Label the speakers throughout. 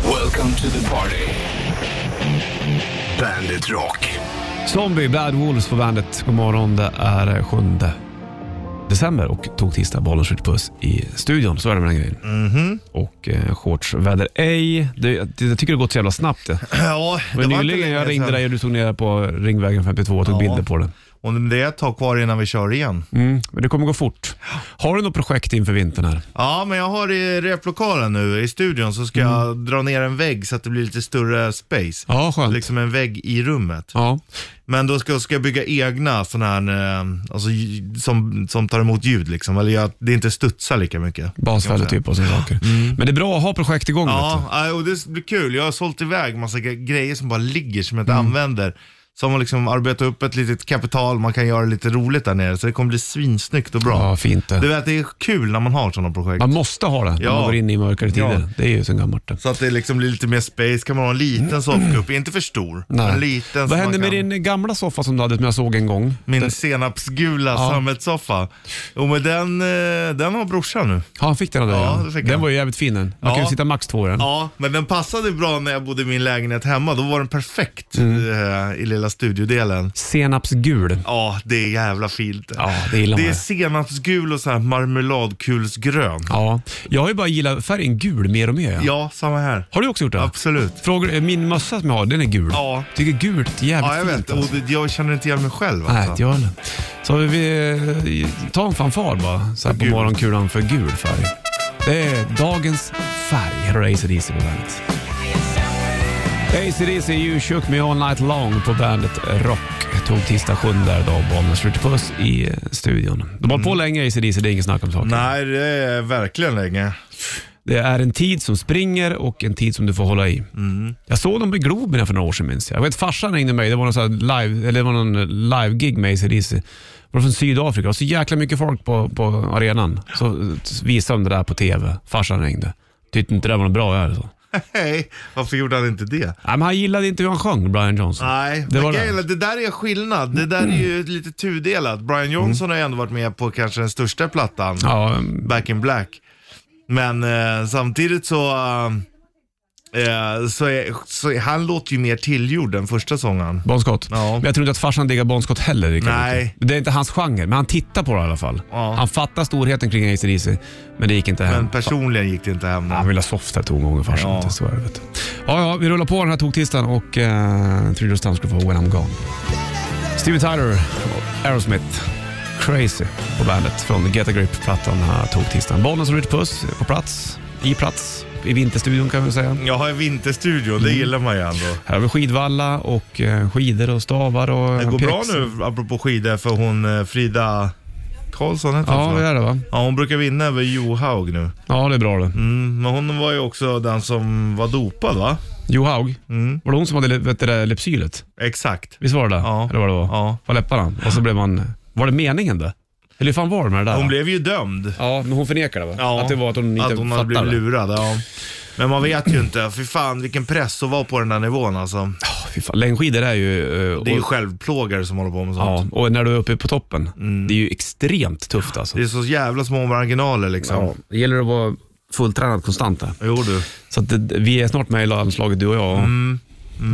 Speaker 1: Welcome to the party. Bandit Rock.
Speaker 2: Zombie, Blood Wolves på bandet. God morgon, det är 7 december och tog tisdag bollen skjuter puss i studion. Så är det med den grejen.
Speaker 3: Mhm.
Speaker 2: Och eh, shortsväder ej. Det, det, jag tycker det har gått så jävla snabbt. Det.
Speaker 3: Ja,
Speaker 2: Men
Speaker 3: var inte
Speaker 2: nyligen
Speaker 3: länge
Speaker 2: jag ringde
Speaker 3: sedan.
Speaker 2: dig och du tog ner på Ringvägen 52 och tog
Speaker 3: Ja.
Speaker 2: bilder på det.
Speaker 3: Och det är ett tag kvar innan vi kör igen.
Speaker 2: Mm, men det kommer gå fort. Har du något projekt inför vintern här?
Speaker 3: Ja, men jag har i replokalen nu i studion så ska jag dra ner en vägg så att det blir lite större space.
Speaker 2: Mm. Ja, skönt.
Speaker 3: Liksom en vägg i rummet.
Speaker 2: Ja.
Speaker 3: Men då ska, ska jag bygga egna sådana här, eh, alltså, lj- som, som tar emot ljud liksom. Eller jag, det inte studsar lika mycket.
Speaker 2: Basfällor typ och sådana saker. Men det är bra att ha projekt igång.
Speaker 3: Mm. Ja,
Speaker 2: Vet
Speaker 3: nej, och det blir kul. Jag har sålt iväg massa gre- grejer som bara ligger som jag
Speaker 2: Mm.
Speaker 3: inte använder. Som har liksom arbetat upp ett litet kapital, man kan göra lite roligt där nere. Så det kommer bli svinsnyggt och
Speaker 2: du.
Speaker 3: bra.
Speaker 2: Ja, fint
Speaker 3: Du
Speaker 2: det.
Speaker 3: vet, det är kul när man har sådana projekt.
Speaker 2: Man måste ha det när
Speaker 3: Ja.
Speaker 2: man går in i mörkare tider.
Speaker 3: Ja.
Speaker 2: Det är ju sen gammalt det.
Speaker 3: Så att det liksom blir lite mer space, kan man ha en liten soffgrupp, inte för stor.
Speaker 2: Mm. Nej.
Speaker 3: Men liten så
Speaker 2: Vad hände
Speaker 3: man
Speaker 2: med
Speaker 3: kan...
Speaker 2: din gamla soffa som du hade som jag såg en gång?
Speaker 3: Min senapsgula sammetssoffa. Jo men den, eh, den har brorsan nu.
Speaker 2: Ja, han fick den av dig.
Speaker 3: Ja,
Speaker 2: Ja,
Speaker 3: det fick
Speaker 2: den
Speaker 3: jag.
Speaker 2: var ju jävligt fin den. Man
Speaker 3: Ja.
Speaker 2: kan ju sitta max två i den.
Speaker 3: Ja, men den passade bra när jag bodde i min lägenhet hemma. Då var den perfekt
Speaker 2: Mm.
Speaker 3: eh, i lilla studiodelen.
Speaker 2: Senapsgul.
Speaker 3: Ja, det är jävla fint.
Speaker 2: Ja, det gillar man
Speaker 3: det är
Speaker 2: ju.
Speaker 3: senapsgul och så här marmeladkulsgrön.
Speaker 2: Ja. Jag har ju bara gillat färgen gul mer och mer.
Speaker 3: Ja, samma här.
Speaker 2: Har du också gjort det?
Speaker 3: Absolut.
Speaker 2: Frågar, min mössa som jag har, den är gul.
Speaker 3: Ja.
Speaker 2: Tycker gult är jävligt
Speaker 3: Ja, jag
Speaker 2: fint.
Speaker 3: vet. Och
Speaker 2: Alltså.
Speaker 3: det- jag känner inte igen mig själv.
Speaker 2: Nej,
Speaker 3: Alltså.
Speaker 2: inte jag heller. Så vi, eh, ta en fanfar bara, så här på
Speaker 3: Gul.
Speaker 2: morgonkulan för gul färg. Det är dagens färg. Här har ACDC på bandet. ACDC, You Shook Me All Night Long på bandet Rock. Tog tisdag 7 där dag Bollnäs skjuter puss i eh, studion. De har hållit på länge ACDC, det är inget snack om saken.
Speaker 3: Mm. Nej, det är verkligen länge.
Speaker 2: Det är en tid som springer och en tid som du får hålla i.
Speaker 3: Mm.
Speaker 2: Jag såg dem i Globen för några år sedan minns jag. jag vet, farsan ringde mig, det var någon, så här live, eller det var någon live-gig med ACDC. Det var från Sydafrika, det var så jäkla mycket folk på, på arenan. Så visade de det där på TV, farsan ringde. Tyckte inte det var något bra eller så.
Speaker 3: Hej, varför gjorde han inte det?
Speaker 2: Nej, men han gillade inte hur han sjöng, Brian Johnson.
Speaker 3: Nej,
Speaker 2: det
Speaker 3: det,
Speaker 2: var
Speaker 3: men grejen är
Speaker 2: det.
Speaker 3: att det där är skillnad. Det där är ju lite tudelat. Brian Johnson har ju ändå varit med på kanske den största plattan,
Speaker 2: Mm. Ja, mm,
Speaker 3: Back in Black. Men eh, samtidigt så, eh, eh, så, är, så är, han låter ju mer tillgjord den första sången.
Speaker 2: Bon Scott.
Speaker 3: Ja.
Speaker 2: Men jag tror inte att farsan diggar Bon Scott heller. lika
Speaker 3: Nej.
Speaker 2: mycket. Det är inte hans genre, men han tittar på det i alla fall.
Speaker 3: Ja.
Speaker 2: Han fattar storheten kring AC/DC, men det gick inte hem.
Speaker 3: Men personligen gick det inte hem.
Speaker 2: Han vill ha softare tongångar farsan.
Speaker 3: Ja.
Speaker 2: Ja. Så är det, vet du. Ja, ja, vi rullar på den här toktisdagen och eh, Three Doors Down ska få When I'm Gone. Steven Tyler och Aerosmith. Crazy på bandet från Get A Grip-plattan den här toktisdagen. Bollnäs och Rich Puss på plats, i plats, i vinterstudion kan vi säga.
Speaker 3: Jag har vinterstudion,
Speaker 2: Mm.
Speaker 3: det gillar man ju ändå.
Speaker 2: Här har vi skidvalla och eh, skidor och stavar och
Speaker 3: Det går bra
Speaker 2: pjäx.
Speaker 3: nu apropå skidor för hon eh, Frida Karlsson heter
Speaker 2: Ja,
Speaker 3: hon
Speaker 2: det
Speaker 3: så?
Speaker 2: är det va?
Speaker 3: ja, hon brukar vinna över Johaug nu.
Speaker 2: Ja, det är bra det.
Speaker 3: Mm, men hon var ju också den som var dopad va?
Speaker 2: Jo Haug,
Speaker 3: Mm.
Speaker 2: var det hon som hade vet du, det där Lypsylet?
Speaker 3: Exakt.
Speaker 2: Visst var det det?
Speaker 3: Ja.
Speaker 2: Eller vad det var?
Speaker 3: Ja.
Speaker 2: På läpparna. Och så blev man... Var det meningen det? Eller hur fan var det med det där?
Speaker 3: Hon
Speaker 2: va?
Speaker 3: blev ju dömd.
Speaker 2: Ja, men hon förnekar det va? Att det var att hon inte
Speaker 3: att hon hade
Speaker 2: fattade.
Speaker 3: blivit lurad. Ja. Men man vet ju inte. Fy fan vilken press att vara på den här nivån alltså.
Speaker 2: Ja, fy fan. Längdskidor är ju... eh,
Speaker 3: Det är ju
Speaker 2: och,
Speaker 3: självplågare som håller på med sånt.
Speaker 2: ja, och när du är uppe på toppen. Det är ju extremt tufft alltså.
Speaker 3: Mm. Det är så jävla små marginaler liksom.
Speaker 2: Ja, det gäller att vara fulltränad konstant där.
Speaker 3: Jo du.
Speaker 2: Så att det, vi är snart med i landslaget du och jag. Och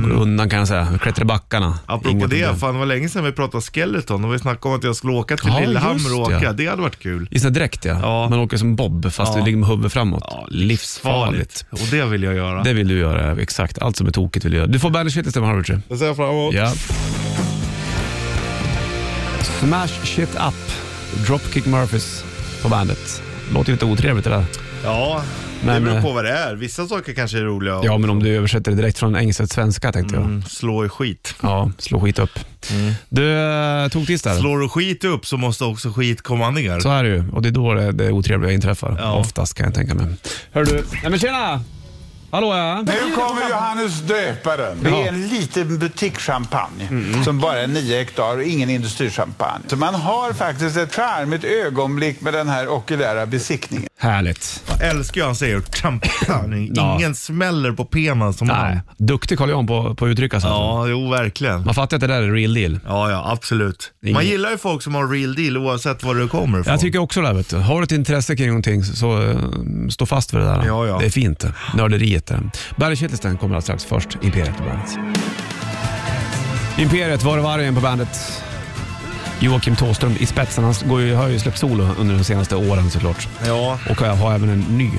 Speaker 2: Går undan kan jag säga. Vi klättrar i backarna.
Speaker 3: Mm. Apropå
Speaker 2: Inga problem.
Speaker 3: det, fan det var länge sedan vi pratade skeleton. och vi snackade om att jag skulle åka till
Speaker 2: Ja, just
Speaker 3: Lillehammer och
Speaker 2: det.
Speaker 3: åka. Det hade varit kul.
Speaker 2: I sån här dräkt ja.
Speaker 3: Ja.
Speaker 2: Man åker som Bob fast
Speaker 3: Ja.
Speaker 2: du ligger med huvudet framåt. Livsfarligt.
Speaker 3: Och det vill jag göra.
Speaker 2: Det vill du göra, exakt. Allt som är tokigt vill du göra. Du får Bandage Shit istället, Richie.
Speaker 3: Det ser jag fram emot.
Speaker 2: Ja. Smash Shit Up, Dropkick Murphys på bandet. Låter ju lite otrevligt det där.
Speaker 3: Ja,
Speaker 2: Men,
Speaker 3: det beror på
Speaker 2: eh,
Speaker 3: vad det är. Vissa saker kanske är roliga att
Speaker 2: Ja, men om du översätter det direkt från engelska till svenska tänkte jag.
Speaker 3: mm, slå i skit.
Speaker 2: Ja, slå skit upp. Du, eh, tog tisdag.
Speaker 3: Slår du skit upp så måste också skit komma ner.
Speaker 2: Så är det ju och det är då det, det otrevliga inträffar.
Speaker 3: Ja.
Speaker 2: Oftast kan jag tänka mig. Hör du, nej men tjena! Hallå ja!
Speaker 4: Nu kommer Johannes döparen. Det är en liten butikschampagne som bara är 9 hektar och ingen industrichampagne. Så man har faktiskt ett charmigt ögonblick med den här okulära besiktningen.
Speaker 2: Härligt.
Speaker 3: Jag älskar hur han säger champagne.
Speaker 2: Ja.
Speaker 3: Ingen smäller på penen som han.
Speaker 2: Nej. Duktig Carl Johan på på att uttrycka sig.
Speaker 3: Ja, jo verkligen.
Speaker 2: Man fattar att det där är real deal.
Speaker 3: Ja, ja, absolut. Man
Speaker 2: Ingen-
Speaker 3: gillar ju folk som har real deal oavsett var du kommer ifrån.
Speaker 2: Jag tycker också det. här, Vet du. Har du ett intresse kring någonting så eh, stå fast vid det där.
Speaker 3: Ja, ja.
Speaker 2: Det är fint. det. Nörderiet. heter den. Bergkittelsen kommer alldeles strax. Först Imperiet på bandet. Imperiet, var och vargen på bandet. Joakim Thåström i spetsen. Han går ju, har ju släppt solo under de senaste åren såklart.
Speaker 3: Ja.
Speaker 2: Och har även en ny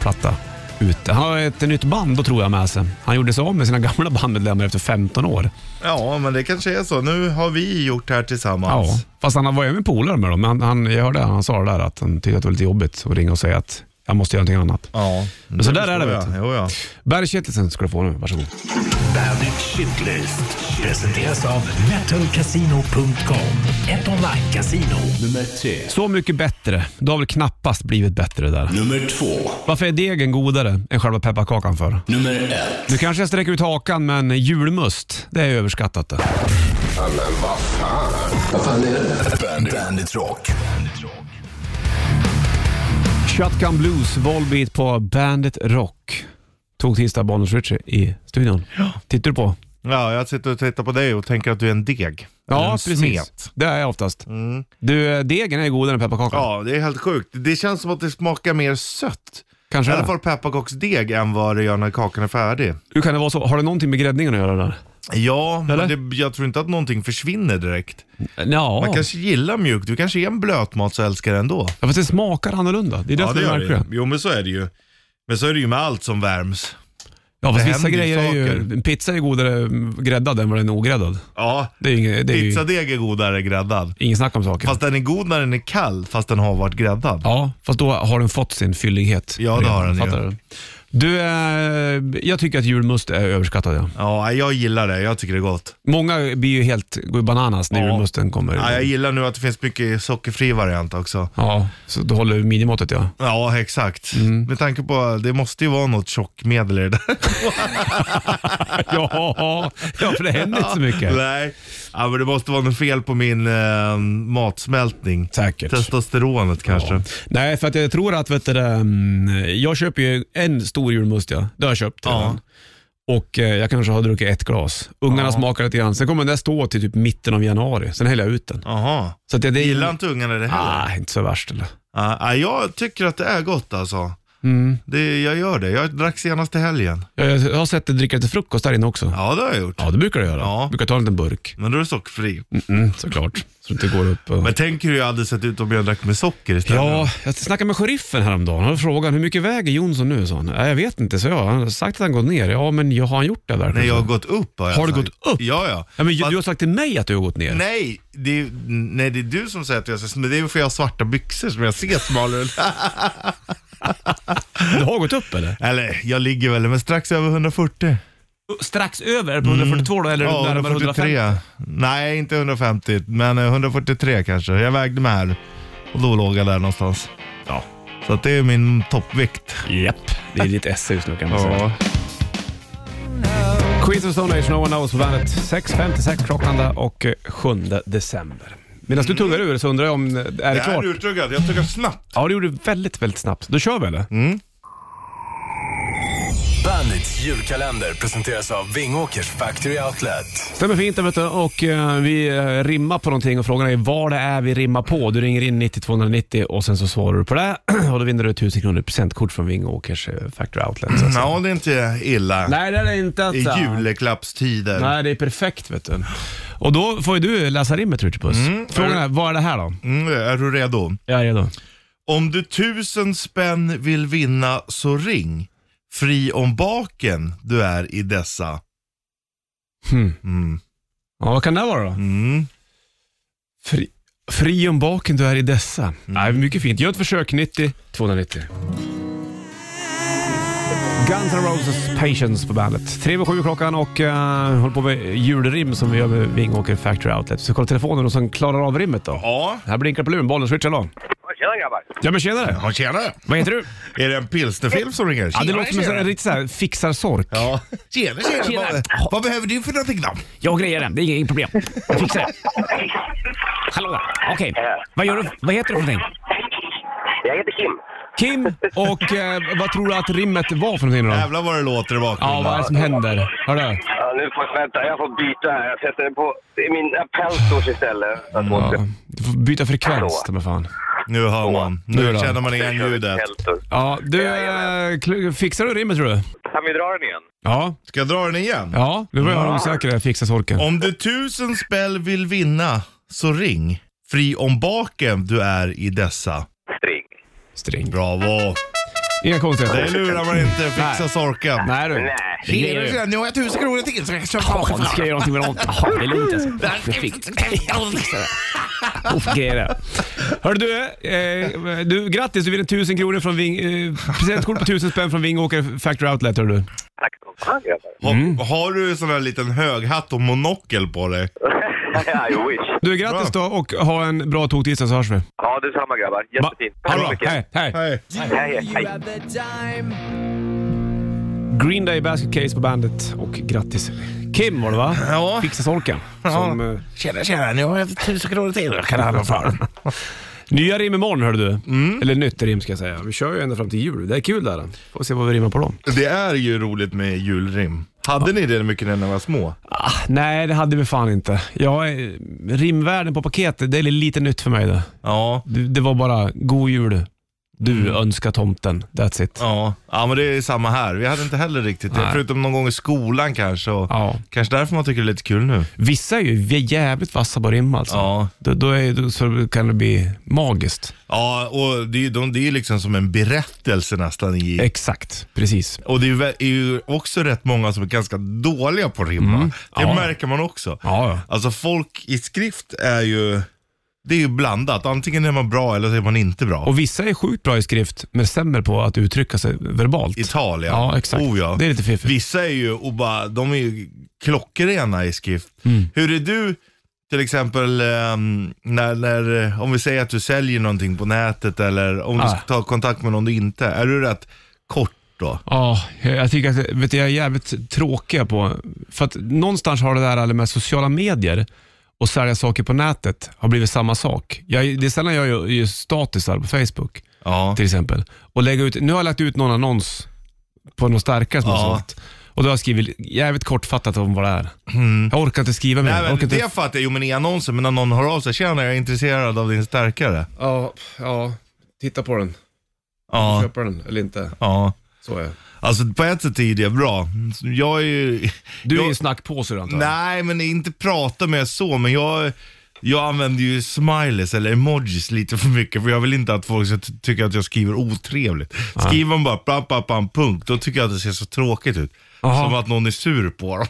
Speaker 2: platta ute. Han har ett nytt band då tror jag med sig. Han gjorde sig av med sina gamla bandmedlemmar efter 15 år.
Speaker 3: ja, men det kanske är så. Nu har vi gjort det här tillsammans.
Speaker 2: Ja, fast han var ju med polare med dem. Men han, han, jag hörde han sa det där att han tyckte att det var lite jobbigt att ringa och säga att jag måste göra någonting annat.
Speaker 3: Ja.
Speaker 2: Men så där är det,
Speaker 3: förstår
Speaker 2: vet du.
Speaker 3: jag. Jo, ja.
Speaker 2: Bergkittelsen ska du få nu, varsågod.
Speaker 1: Bandit Shitlist presenteras av metalcasino.com. Ett online-casino. Nummer tre.
Speaker 2: Så mycket bättre. Det har väl knappast blivit bättre där.
Speaker 1: Nummer två.
Speaker 2: Varför är degen godare än själva pepparkakan för?
Speaker 1: Nummer ett.
Speaker 2: Nu kanske jag sträcker ut hakan, men julmust, det är överskattat det.
Speaker 1: Bandit, Bandit Rock.
Speaker 2: Shotgun Blues, Volbeat på Bandit Rock. Tog tisdag Bonus Richie i studion. Tittar du på?
Speaker 3: ja, jag sitter och tittar på dig och tänker att du är en deg. Eller en smet. Mm.
Speaker 2: Det är jag oftast. Du, degen är godare än pepparkakan.
Speaker 3: Ja, det är helt sjukt. Det känns som att det smakar mer sött. I
Speaker 2: Kanske
Speaker 3: alla
Speaker 2: det.
Speaker 3: fall pepparkaksdeg än vad det gör när kakan är färdig.
Speaker 2: Hur kan det vara så? Har det någonting med gräddningen att göra där?
Speaker 3: Ja,
Speaker 2: Eller?
Speaker 3: men det, jag tror inte att någonting försvinner direkt.
Speaker 2: Ja,
Speaker 3: Man kanske gillar mjuk. Du kanske är en blötmatsälskare ändå.
Speaker 2: ja fast det smakar annorlunda. Det är därför det är märkligt.
Speaker 3: Jo, men så är det ju. Men så är det ju med allt som värms.
Speaker 2: Ja, fast
Speaker 3: Det
Speaker 2: vissa
Speaker 3: händer ju
Speaker 2: grejer är ju...
Speaker 3: saker.
Speaker 2: en Pizza är godare gräddad än vad den är ogräddad.
Speaker 3: Ja,
Speaker 2: Det är ju inget, det är ju
Speaker 3: pizzadeg är godare gräddad.
Speaker 2: ingen snack om saker.
Speaker 3: Fast den är god när den är kall, fast den har varit gräddad.
Speaker 2: Ja, fast då har den fått sin fyllighet.
Speaker 3: Ja, det har den ju.
Speaker 2: Fattar du? Du, eh, jag tycker att julmust är överskattad. Ja.
Speaker 3: Ja, jag gillar det. Jag tycker det är gott.
Speaker 2: Många blir ju helt, går ju bananas när
Speaker 3: Ja.
Speaker 2: julmusten kommer.
Speaker 3: Ja, jag gillar nu att det finns mycket sockerfri variant också.
Speaker 2: Ja, så du håller minimåttet ja.
Speaker 3: Ja, exakt.
Speaker 2: Mm.
Speaker 3: Med tanke på, det måste ju vara något tjockmedel i det där.
Speaker 2: ja, ja, för det händer inte så mycket.
Speaker 3: Nej, ja, men det måste vara något fel på min eh, matsmältning.
Speaker 2: Säkert.
Speaker 3: Testosteronet kanske.
Speaker 2: Ja. Nej, för att jag tror att, vet du, det, mm, jag köper ju en stor julmust ja. Det har jag köpt
Speaker 3: Ja.
Speaker 2: redan. Och eh, jag kanske har druckit ett glas. Ungarna smakar lite grann. Sen kommer den där stå till typ mitten av januari. Sen häller jag ut den.
Speaker 3: Jaha.
Speaker 2: Så att det, det är
Speaker 3: Gillar inte ungarna det heller?
Speaker 2: Ah, inte så värst eller?
Speaker 3: Ja, ja, jag tycker att det är gott alltså.
Speaker 2: Mm.
Speaker 3: Det, jag gör det. Jag drack senast i helgen.
Speaker 2: Ja, Jag, jag har sett dig dricka lite frukost där inne också. Ja,
Speaker 3: Ja, det har jag gjort.
Speaker 2: det brukar du göra.
Speaker 3: Ja.
Speaker 2: Du brukar ta en liten burk.
Speaker 3: Men då är det sockerfri.
Speaker 2: Mm, såklart. Så det inte går upp och...
Speaker 3: Men tänker du hur jag hade sett ut om jag drack med socker istället?
Speaker 2: Ja, jag snackade med sheriffen häromdagen och frågade han, hur mycket väger Jonsson nu? Sa han. "Nej, Jag vet inte, så jag. Han har sagt att han gått ner. Ja, men jag, har han gjort det verkligen?
Speaker 3: Nej, jag har
Speaker 2: sa han.
Speaker 3: gått upp har jag
Speaker 2: Har du
Speaker 3: sagt.
Speaker 2: gått upp?
Speaker 3: Ja, ja.
Speaker 2: ja, men ju-
Speaker 3: Fast-
Speaker 2: Du har sagt till mig att du har gått ner.
Speaker 3: Nej, det är, nej, det är du som säger att jag ser smal ut. Det är för jag har svarta byxor som jag ser smal ut.
Speaker 2: Du har gått upp eller?
Speaker 3: Eller, jag ligger väl men strax över 140.
Speaker 2: Strax över, på 142 då, eller
Speaker 3: Mm. Ja,
Speaker 2: närmare 150?
Speaker 3: 143. Nej, inte 150, men eh, 143 kanske. Jag vägde mig här och då låg jag där någonstans.
Speaker 2: Ja.
Speaker 3: Så att det är min toppvikt.
Speaker 2: Japp, det är ditt esse just nu kan man säga. Queens of Stone Age, No One Knows på bandet. 6.56 klockan där och eh, 7 december. Medan
Speaker 3: Mm.
Speaker 2: du tuggar ur så undrar jag om, eh, är det
Speaker 3: Jag är
Speaker 2: klart?
Speaker 3: uttuggad, jag tuggar snabbt.
Speaker 2: Ja, det gjorde du väldigt, väldigt snabbt. Då kör vi eller?
Speaker 3: Mm.
Speaker 5: Bandits julkalender presenteras av Vingåkers Factory Outlet.
Speaker 2: Stämmer fint det, vet du. Och eh, vi eh, rimmar på någonting och frågan är vad det är vi rimmar på. Du ringer in 90290 och sen så svarar du på det. och då vinner du 1000 kronor i presentkort från Vingåkers eh, Factory Outlet. Så att säga.
Speaker 3: Ja, det är inte illa.
Speaker 2: Nej, det är det inte.
Speaker 3: I
Speaker 2: Alltså.
Speaker 3: julklappstider.
Speaker 2: Nej, det är perfekt vet du. Och då får ju du läsa rimmet Ritchipus. Frågan är, vad är det här då?
Speaker 3: Mm, är du redo?
Speaker 2: Jag är redo.
Speaker 3: Om du tusen spänn vill vinna så ring. Fri om baken du är i dessa.
Speaker 2: Hmm.
Speaker 3: Mm.
Speaker 2: Ja, vad kan det vara då?
Speaker 3: Mm.
Speaker 2: Fri, fri om baken du är i dessa.
Speaker 3: Mm.
Speaker 2: Nej, mycket fint. Gör ett försök 90 290. Guns N' Roses Patience på bandet. Tre över sju klockan och uh, håller på med julrim som vi gör med Vingåker Factory Outlet. Så kolla telefonen och sen klarar av rimmet då.
Speaker 3: Ja.
Speaker 2: Här blinkar på luren. Bollen switchar då.
Speaker 6: Tjena grabbar!
Speaker 2: Ja men tjenare!
Speaker 3: ja, tjena.
Speaker 2: Vad heter du?
Speaker 3: Är det en pilsnerfilm som ringer?
Speaker 2: Ja, det låter som en sån här- riktig sån här fixarsork.
Speaker 3: Ja. Tjena, tjena.
Speaker 2: Tjena.
Speaker 3: Vad, vad behöver du för någonting då?
Speaker 2: Jag grejer den, det är inga problem. Jag fixar det. Hallå, okej. Vad gör du? Vad heter du för någonting?
Speaker 6: Jag heter Kim.
Speaker 2: Kim, och eh, vad tror du att rimmet var för någonting då?
Speaker 3: Jävlar vad det låter i
Speaker 2: Ja,
Speaker 3: bakgrunden.
Speaker 2: vad är det som händer? Hörru.
Speaker 6: Ja, nu får jag vänta, jag får byta här. Jag sätter den på i mina pälsdors istället. Jag får
Speaker 2: Ja,
Speaker 6: inte-
Speaker 2: du får byta frekvens, ta mig fan.
Speaker 3: Nu hör man.
Speaker 2: Nu
Speaker 3: Nu
Speaker 2: då?
Speaker 3: känner man igen
Speaker 6: Jag kör
Speaker 3: ljudet.
Speaker 6: pälsdor.
Speaker 2: Ja, du, eh, kl- fixar du rimmet tror du?
Speaker 6: Kan vi dra den igen?
Speaker 2: Ja,
Speaker 3: Ska jag dra den igen?
Speaker 2: ja nu var jag osäker där, fixa sorken.
Speaker 3: Om du tusen spänn vill vinna, så ring. Fri om baken du är i dessa.
Speaker 6: String.
Speaker 2: String.
Speaker 3: Bravo!
Speaker 2: Inga
Speaker 3: Det
Speaker 2: konstigheter.
Speaker 3: lurar man inte. Fixa
Speaker 2: Nej.
Speaker 3: sorken.
Speaker 2: Nej du.
Speaker 6: Nej.
Speaker 2: Det ger ju.
Speaker 3: Nu har jag tusen kronor till så jag köper
Speaker 2: Ja, nu ska jag göra någonting med dem. Ja, det är lugnt alltså. Jag fixar det. Jag fixar det. Uff, grejer det. Hörru du, eh, du, grattis du vinner 1000 kronor från Ving, eh, presentkort på 1000 spänn från Vingåker Factory Outlet hör du.
Speaker 6: Tack som fan grabbar.
Speaker 2: Mm.
Speaker 3: Har, har du sån här liten höghatt och monokel på dig?
Speaker 6: I wish.
Speaker 2: Du, grattis då och ha en bra toktisdag så hörs vi.
Speaker 6: Ja, detsamma grabbar.
Speaker 2: Va-
Speaker 6: Jättefint.
Speaker 2: Ha
Speaker 6: Tack
Speaker 2: det
Speaker 6: så
Speaker 2: bra.
Speaker 6: mycket.
Speaker 2: Hej, hej.
Speaker 3: Nej.
Speaker 6: Hej, hej.
Speaker 2: Green Day Basket Case på bandet och grattis Kim var det va?
Speaker 3: Ja.
Speaker 2: Fixa sorken. Som, eh,
Speaker 3: Tjena, tjena. Nu har jag tusen kronor till jag kan handla för.
Speaker 2: nya rim imorgon hörde du.
Speaker 3: Mm.
Speaker 2: Eller nytt rim ska jag säga. Vi kör ju ända fram till jul. Det är kul där. Får se vad vi rimmar på dem.
Speaker 3: Det är ju roligt med julrim. Hade ni det mycket när ni var små?
Speaker 2: Ah, nej, det hade vi fan inte. Jag, eh, rimvärlden på paketet, det är lite nytt för mig. Det,
Speaker 3: Ja.
Speaker 2: det, det var bara god jul. Du
Speaker 3: Mm.
Speaker 2: önskar tomten. That's it.
Speaker 3: Ja. ja, men det är samma här. Vi hade inte heller riktigt det.
Speaker 2: Nej.
Speaker 3: Förutom någon gång i skolan kanske. Och
Speaker 2: Ja.
Speaker 3: Kanske därför man tycker det är lite kul nu.
Speaker 2: Vissa är ju jävligt vassa på rim alltså.
Speaker 3: Ja.
Speaker 2: Då, då, är, då så kan det bli magiskt.
Speaker 3: Ja, och det är ju de, det är ju liksom som en berättelse nästan. i
Speaker 2: Exakt, precis.
Speaker 3: Och det är ju vä- är ju också rätt många som är ganska dåliga på att rimma. Det
Speaker 2: Mm. Ja.
Speaker 3: märker man också.
Speaker 2: Ja, ja.
Speaker 3: Alltså folk i skrift är ju, det är ju blandat. Antingen är man bra eller så är man inte bra.
Speaker 2: Och vissa är sjukt bra i skrift, men sämre på att uttrycka sig verbalt.
Speaker 3: I tal ja.
Speaker 2: Ja, exakt.
Speaker 3: Oh, ja.
Speaker 2: Det är lite fiffigt.
Speaker 3: Vissa är ju, och bara, de är ju klockrena i skrift.
Speaker 2: Mm.
Speaker 3: Hur är du till exempel ehm, när, när, eh, om vi säger att du säljer någonting på nätet eller om
Speaker 2: Ah.
Speaker 3: du ska ta kontakt med någon du inte är. Är du rätt kort då?
Speaker 2: Ja, jag tycker att vet du, jag är jävligt tråkiga på... För att någonstans har det där alla med sociala medier och sälja saker på nätet har blivit samma sak. Jag, det är sällan jag gör, gör statusar på Facebook
Speaker 3: Ja.
Speaker 2: till exempel. Och lägga ut, nu har jag lagt ut någon annons på någon starkare som
Speaker 3: Ja.
Speaker 2: har sålt. Och då har jag skrivit jävligt kortfattat om vad det är. Jag orkar inte skriva mer.
Speaker 3: Mm. Nej,
Speaker 2: jag
Speaker 3: men
Speaker 2: orkar inte...
Speaker 3: det fattar jag. Jo men i annonsen, men när någon hör av sig, tjena jag är intresserad av din stärkare.
Speaker 2: Ja, ja, titta på den.
Speaker 3: Ja,
Speaker 2: Köpa den eller inte.
Speaker 3: ja.
Speaker 2: Så är
Speaker 3: Alltså på ett sätt är det bra. Jag är ju...
Speaker 2: Du är
Speaker 3: jag,
Speaker 2: ju snackpåse du, antar jag.
Speaker 3: Nej, men inte prata med så, men jag... Jag använder ju smileys eller emojis lite för mycket för jag vill inte att folk ska ty- tycka att jag skriver otrevligt. Skriver man bara pam, pam, pam, punkt, då tycker jag att det ser så tråkigt ut.
Speaker 2: Jaha.
Speaker 3: Som att någon är sur på dem.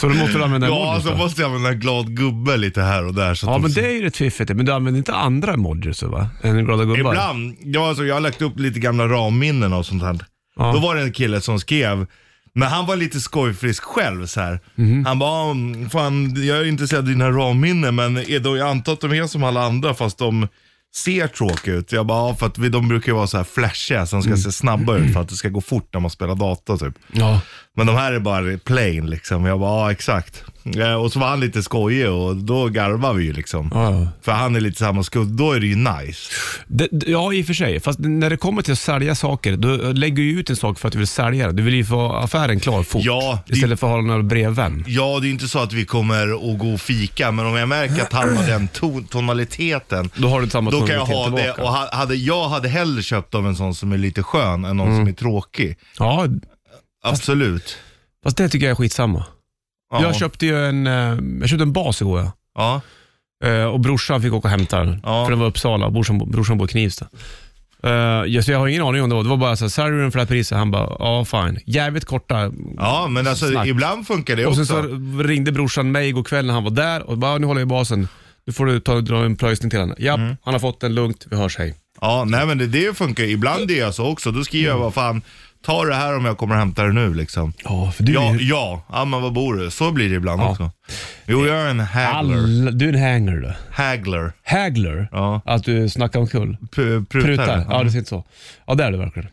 Speaker 2: Så då måste du använda
Speaker 3: Ja,
Speaker 2: emojis
Speaker 3: så
Speaker 2: då?
Speaker 3: måste jag använda glad gubbe lite här och där. Så att
Speaker 2: Ja,
Speaker 3: de
Speaker 2: men
Speaker 3: ser-
Speaker 2: det är ju rätt fiffigt. Men du använder inte andra emojis va? Än glada gubbar?
Speaker 3: Ibland. Ja, alltså, jag har lagt upp lite gamla ramminnen och sånt här.
Speaker 2: Ja.
Speaker 3: Då var det en kille som skrev, men han var lite skojfrisk själv så här.
Speaker 2: Mhm.
Speaker 3: Han bara, "Mm, fan jag är intresserad av dina ramminnen men är då, jag antar att de är som alla andra fast de ser tråkiga ut. Jag bara, "Ja, för att vi, de brukar ju vara så här flashiga så de ska
Speaker 2: Mm.
Speaker 3: se snabba ut för att det ska gå fort när man spelar data typ.
Speaker 2: Ja.
Speaker 3: Men de här är bara plain liksom. Jag bara, ja exakt. Eh, Och så var han lite skojig och då garvar vi ju liksom.
Speaker 2: Ja, ja.
Speaker 3: För han är lite samma skudd, då är det ju nice.
Speaker 2: Det, det- ja, i och för sig. Fast när det kommer till att sälja saker, då lägger du ut en sak för att du vill sälja den. Du vill ju få affären klar fort.
Speaker 3: Ja, det-
Speaker 2: Istället för att hålla den bredvid.
Speaker 3: Ja, det är inte så att vi kommer att gå och fika, men om jag märker att han har den ton- tonaliteten,
Speaker 2: Då har du samma
Speaker 3: då kan jag
Speaker 2: tonalitet
Speaker 3: ha det.
Speaker 2: tillbaka.
Speaker 3: Och ha- hade, jag hade hellre köpt av en sån som är lite skön än någon
Speaker 2: Mm.
Speaker 3: som är tråkig.
Speaker 2: Ja,
Speaker 3: Absolut.
Speaker 2: fast det tycker jag är skitsamma.
Speaker 3: Ja.
Speaker 2: Jag köpte ju en, eh, jag köpte en bas igår. ja.
Speaker 3: Ja.
Speaker 2: Eh, Och brorsan fick åka och hämta den.
Speaker 3: Ja.
Speaker 2: För den var i Uppsala och brorsan, brorsan bor i Knivsta. Eh, ja, så jag har ingen aning om det var. Det var bara såhär, säljer du den för det här priset? Han bara, ja fine. Jävligt korta
Speaker 3: ja, men alltså
Speaker 2: Snack.
Speaker 3: ibland funkar det
Speaker 2: Och
Speaker 3: också.
Speaker 2: sen så ringde brorsan mig igår kväll när han var där och bara, nu håller jag i basen. Nu får du ta, dra en pröjsning till honom. Ja,
Speaker 3: Mm.
Speaker 2: han har fått den lugnt. Vi hörs, hej.
Speaker 3: Ja, nej men det, det funkar. Ibland är jag så också. Då skriver jag, vad fan, ta det här om jag kommer och hämtar det nu liksom.
Speaker 2: Mm. Ja, för du
Speaker 3: Ja, ja, ja, men vad bor du? Så blir det ibland
Speaker 2: Ja.
Speaker 3: också. Jo, jag är en haggler.
Speaker 2: du är en hanger du.
Speaker 3: Haggler.
Speaker 2: Hagler?
Speaker 3: Ja.
Speaker 2: Att du snackar omkull?
Speaker 3: P-
Speaker 2: Prutar?
Speaker 3: prutare.
Speaker 2: Ja, det ser inte så. Ja, det är du verkligen.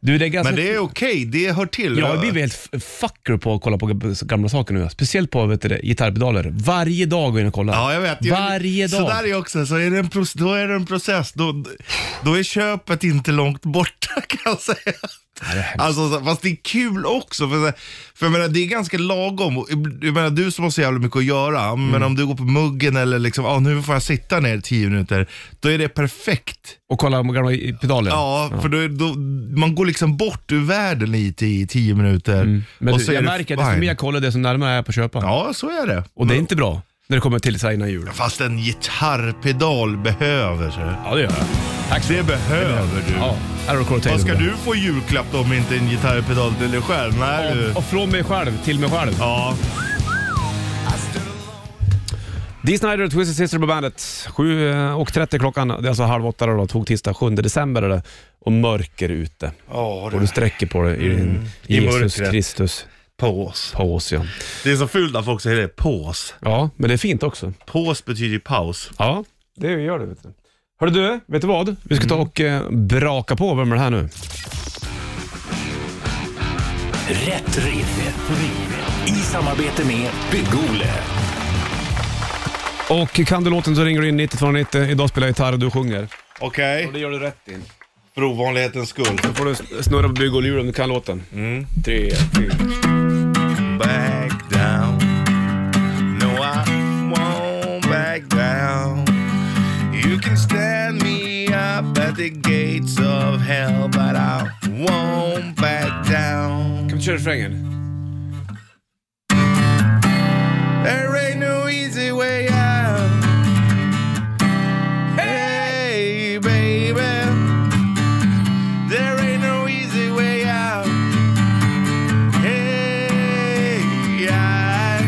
Speaker 2: Du, det är ganska...
Speaker 3: Mm. Men det är okej, det hör till.
Speaker 2: Jag har blivit helt f- fucker på att kolla på gamla saker nu. Speciellt på vet du, det, gitarrpedaler. Varje dag går jag in och kollar.
Speaker 3: Ja, jag vet. Jag,
Speaker 2: Varje
Speaker 3: så
Speaker 2: dag.
Speaker 3: där är jag också. Så är det en proce- då är det en process. Då, då är köpet inte långt borta kan jag säga. Alltså, så- fast det är kul också. För, så här- för jag menar, det är ganska lagom. Och ib- Jag menar, du som har så jävla mycket att göra,
Speaker 2: Mm.
Speaker 3: men om du går på muggen eller liksom, ah, nu får jag sitta ner 10 minuter, då är det perfekt.
Speaker 2: Och kolla gamla i- pedaler.
Speaker 3: Ja, för då, är- då, man går liksom bort ur världen lite i 10 minuter.
Speaker 2: Mm. Men
Speaker 3: och
Speaker 2: du,
Speaker 3: så är
Speaker 2: jag
Speaker 3: det
Speaker 2: märker att desto
Speaker 3: fine.
Speaker 2: mer jag kollar, desto närmare är jag på att köpa.
Speaker 3: Ja, så är det.
Speaker 2: Och det är inte bra när det kommer till så här innan jul.
Speaker 3: Fast en gitarrpedal behöver sig.
Speaker 2: Ja, det gör jag. Tack så
Speaker 3: Det behöver du.
Speaker 2: Ja, här har du Cortail.
Speaker 3: Vad ska du få i julklapp då om inte en gitarrpedal till dig själv? Nej, du.
Speaker 2: Och, och från mig själv till mig själv.
Speaker 3: Ja.
Speaker 2: Dee Snider och Twisted Sister på bandet. 7.30 klockan, det är alltså halv åtta då, då, tog tisdag 7 december är det. Och mörker ute.
Speaker 3: Ja,
Speaker 2: Och du sträcker på dig i din
Speaker 3: I
Speaker 2: Jesus
Speaker 3: mörkret.
Speaker 2: Kristus
Speaker 3: Paus.
Speaker 2: paus ja.
Speaker 3: Det är så fult att folk säger det. Paus.
Speaker 2: Ja, men det är fint också.
Speaker 3: Paus betyder ju paus.
Speaker 2: Ja, det gör det. Vet du. Hörru du, vet du vad? Vi ska ta och eh, braka på. Vem är det här nu?
Speaker 1: Rätt riff. I samarbete med Bygg-Ole.
Speaker 2: Och kan du låten så ringer du in 9290. Idag spelar jag gitarr och du sjunger.
Speaker 3: Okej,
Speaker 2: Och det gör du rätt in.
Speaker 3: för ovanlighetens skull.
Speaker 2: Då får du snurra på bygg och lur om du kan låten. Tre, fyra.
Speaker 3: back down. No, I won't back down. You can stand me up at the gates of hell, but I won't back down.
Speaker 2: Kan vi köra refrängen?
Speaker 3: There ain't no easy way out. Hey, baby. There ain't no easy way out. Hey, I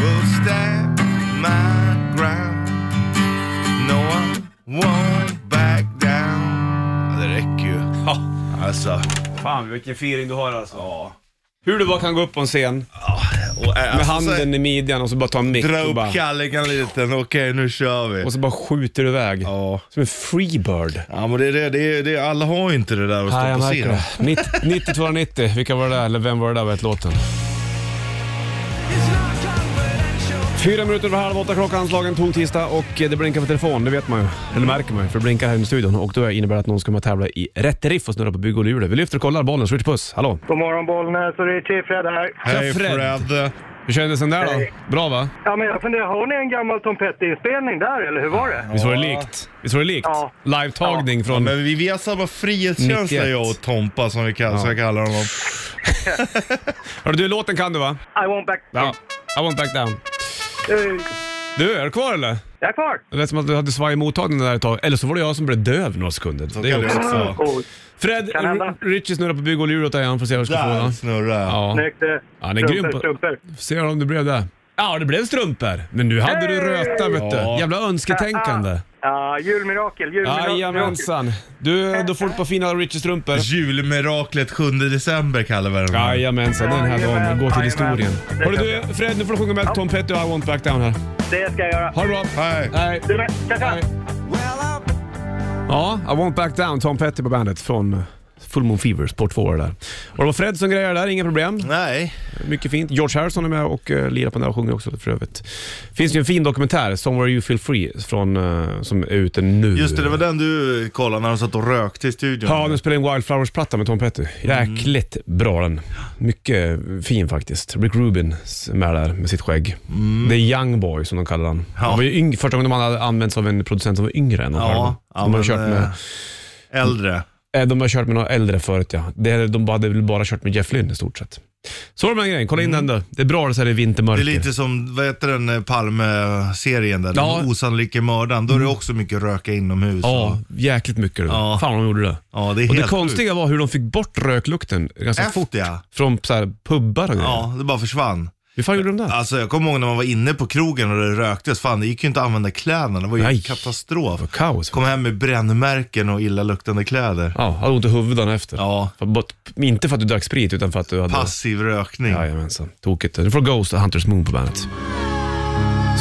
Speaker 3: will stand my ground. No, I won't back down. Det räcker ju.
Speaker 2: Ja.
Speaker 3: Alltså,
Speaker 2: Fan vilken feeling du har alltså. Ja. Hur du bara kan gå upp på en scen med
Speaker 3: och, äh, alltså,
Speaker 2: handen i midjan och så bara ta en mick
Speaker 3: Dra
Speaker 2: och bara,
Speaker 3: upp kallingarna lite. Okej, nu kör vi.
Speaker 2: och så bara skjuter du iväg.
Speaker 3: Ja.
Speaker 2: Som en freebird.
Speaker 3: Ja men det är det, det, är, det är, alla har ju inte det där att stå på scen.
Speaker 2: 9290, vilka var det där? Eller vem var det där? Vet låten. Fyra minuter över halv åtta klockan, slagen tog tisdag och det blinkar på telefon, det vet man ju. Eller märker man ju, för det blinkar här inne i studion och då innebär det att någon ska med och tävla i rätt riff och snurra på bygg och hjulet. Vi lyfter och kollar bollen, switch puss. Hallå!
Speaker 6: God morgon Bollnäs och det är T-Fred här.
Speaker 3: Hej
Speaker 2: Tja, Fred.
Speaker 3: Fred. Fred.
Speaker 2: Hur kändes den där
Speaker 6: Hej.
Speaker 2: då? Bra va?
Speaker 6: Ja, men jag funderar, har ni en gammal Tom Petty-inspelning där eller hur var det?
Speaker 2: Visst var det likt? Visst var det likt?
Speaker 6: Ja.
Speaker 2: Live-tagning från...
Speaker 3: Men vi, vi har samma frihetskänsla
Speaker 2: 91.
Speaker 3: jag och Tompa som, vi kall, som jag kallar honom.
Speaker 2: Hörru du, låten kan du va?
Speaker 6: I won't back...
Speaker 2: Ja. I won't back down.
Speaker 6: Eh,
Speaker 2: Du, är du kvar eller?
Speaker 6: jag är kvar.
Speaker 2: Det lät som att du hade svajig mottagning där ett tag. Eller så var det jag som blev döv några sekunder.
Speaker 3: Så
Speaker 2: Det är
Speaker 3: kan det
Speaker 2: också.
Speaker 3: också.
Speaker 6: Oh,
Speaker 2: Fred,
Speaker 6: Kan hända.
Speaker 2: R- Richie snurrar på bygg och lur åt dig igen för att se vad du ska få.
Speaker 3: Där
Speaker 2: va?
Speaker 3: snurrar jag.
Speaker 2: Ja.
Speaker 6: snyggt. eh,
Speaker 2: Han är grym på-
Speaker 6: strumpor, strumpor.
Speaker 2: Får Se om det blev det. Ja, det blev strumpor. Men nu hade du röta vet du.
Speaker 3: Ja.
Speaker 2: Jävla önsketänkande.
Speaker 6: Ja, julmirakel. julmirakel.
Speaker 2: Jajamensan. Du, då får du ett par fina Richie-strumpor.
Speaker 3: Julmiraklet 7 december kallar vi den. här.
Speaker 2: Jajamensan, den här dagen
Speaker 6: Jajamän,
Speaker 2: går till
Speaker 6: jajamän.
Speaker 2: historien.
Speaker 6: Det
Speaker 2: Hörru
Speaker 6: kan
Speaker 2: du, Fred, nu får du sjunga med Tom Petty och I won't back down här.
Speaker 6: Det ska jag göra.
Speaker 2: Ha det bra.
Speaker 3: Hej.
Speaker 2: Hej.
Speaker 6: Du med. Tja, tja.
Speaker 2: Hej. Ja, I won't back down, Tom Petty på bandet från Full Moon Fever, Sport 2 var det där. Och det var Fred som grejade där, inga problem.
Speaker 3: Nej.
Speaker 2: Mycket fint. George Harrison är med och uh, lirar på den där och sjunger också för övrigt. finns ju en fin dokumentär, Somewhere You Feel Free, från, eh, som är ute nu.
Speaker 3: Just det, det var den du kollade när de satt och rökte i studion.
Speaker 2: Ja, den spelade en Wildflowers-platta med Tom Petty. Jäkligt bra den. Mycket fin faktiskt. Rick Rubin är med där med sitt skägg. Det är Young Boy som de kallar han.
Speaker 3: Mm. Ja.
Speaker 2: Han var ju yng- första gången de hade använts av en producent som var yngre än de
Speaker 3: Ja,
Speaker 2: själva. De
Speaker 3: ja,
Speaker 2: har
Speaker 3: men, eh,
Speaker 2: kört med,
Speaker 3: Äldre.
Speaker 2: eh, de har kört med några äldre förut ja. Det, de hade väl bara kört med Jeff Lynne i stort sett. Så var det med den grejen. Kolla in den då. Det är bra det så här i
Speaker 3: Mm. Det
Speaker 2: vintermörker.
Speaker 3: är lite som, vad heter den eh, Palme-serien där?
Speaker 2: Ja.
Speaker 3: Den osannolika mördaren. Då är det också mycket röka inomhus.
Speaker 2: Ja, jäkligt mycket. Du.
Speaker 3: Ja.
Speaker 2: Fan vad de gjorde det.
Speaker 3: ja det är
Speaker 2: Och
Speaker 3: helt
Speaker 2: det konstiga var hur de fick bort röklukten ganska
Speaker 3: Efter,
Speaker 2: fort.
Speaker 3: ja.
Speaker 2: Från så här, pubbar och grejer.
Speaker 3: Ja, det bara försvann.
Speaker 2: Hur fan gjorde de det?
Speaker 3: Alltså jag kommer ihåg när man var inne på krogen och det röktes. Fan, det gick ju inte att använda kläderna. Det var ju
Speaker 2: Nej.
Speaker 3: katastrof.
Speaker 2: Det var kaos.
Speaker 3: Kom hem med brännmärken och illaluktande kläder.
Speaker 2: Ja, hade ont i huvudet dagen efter.
Speaker 3: Ja,
Speaker 2: För, bort- inte för att du drack sprit, utan för att du hade...
Speaker 3: passiv rökning.
Speaker 2: Jajamensan, tokigt. Nu får Ghost och Hunters Moon på bandet.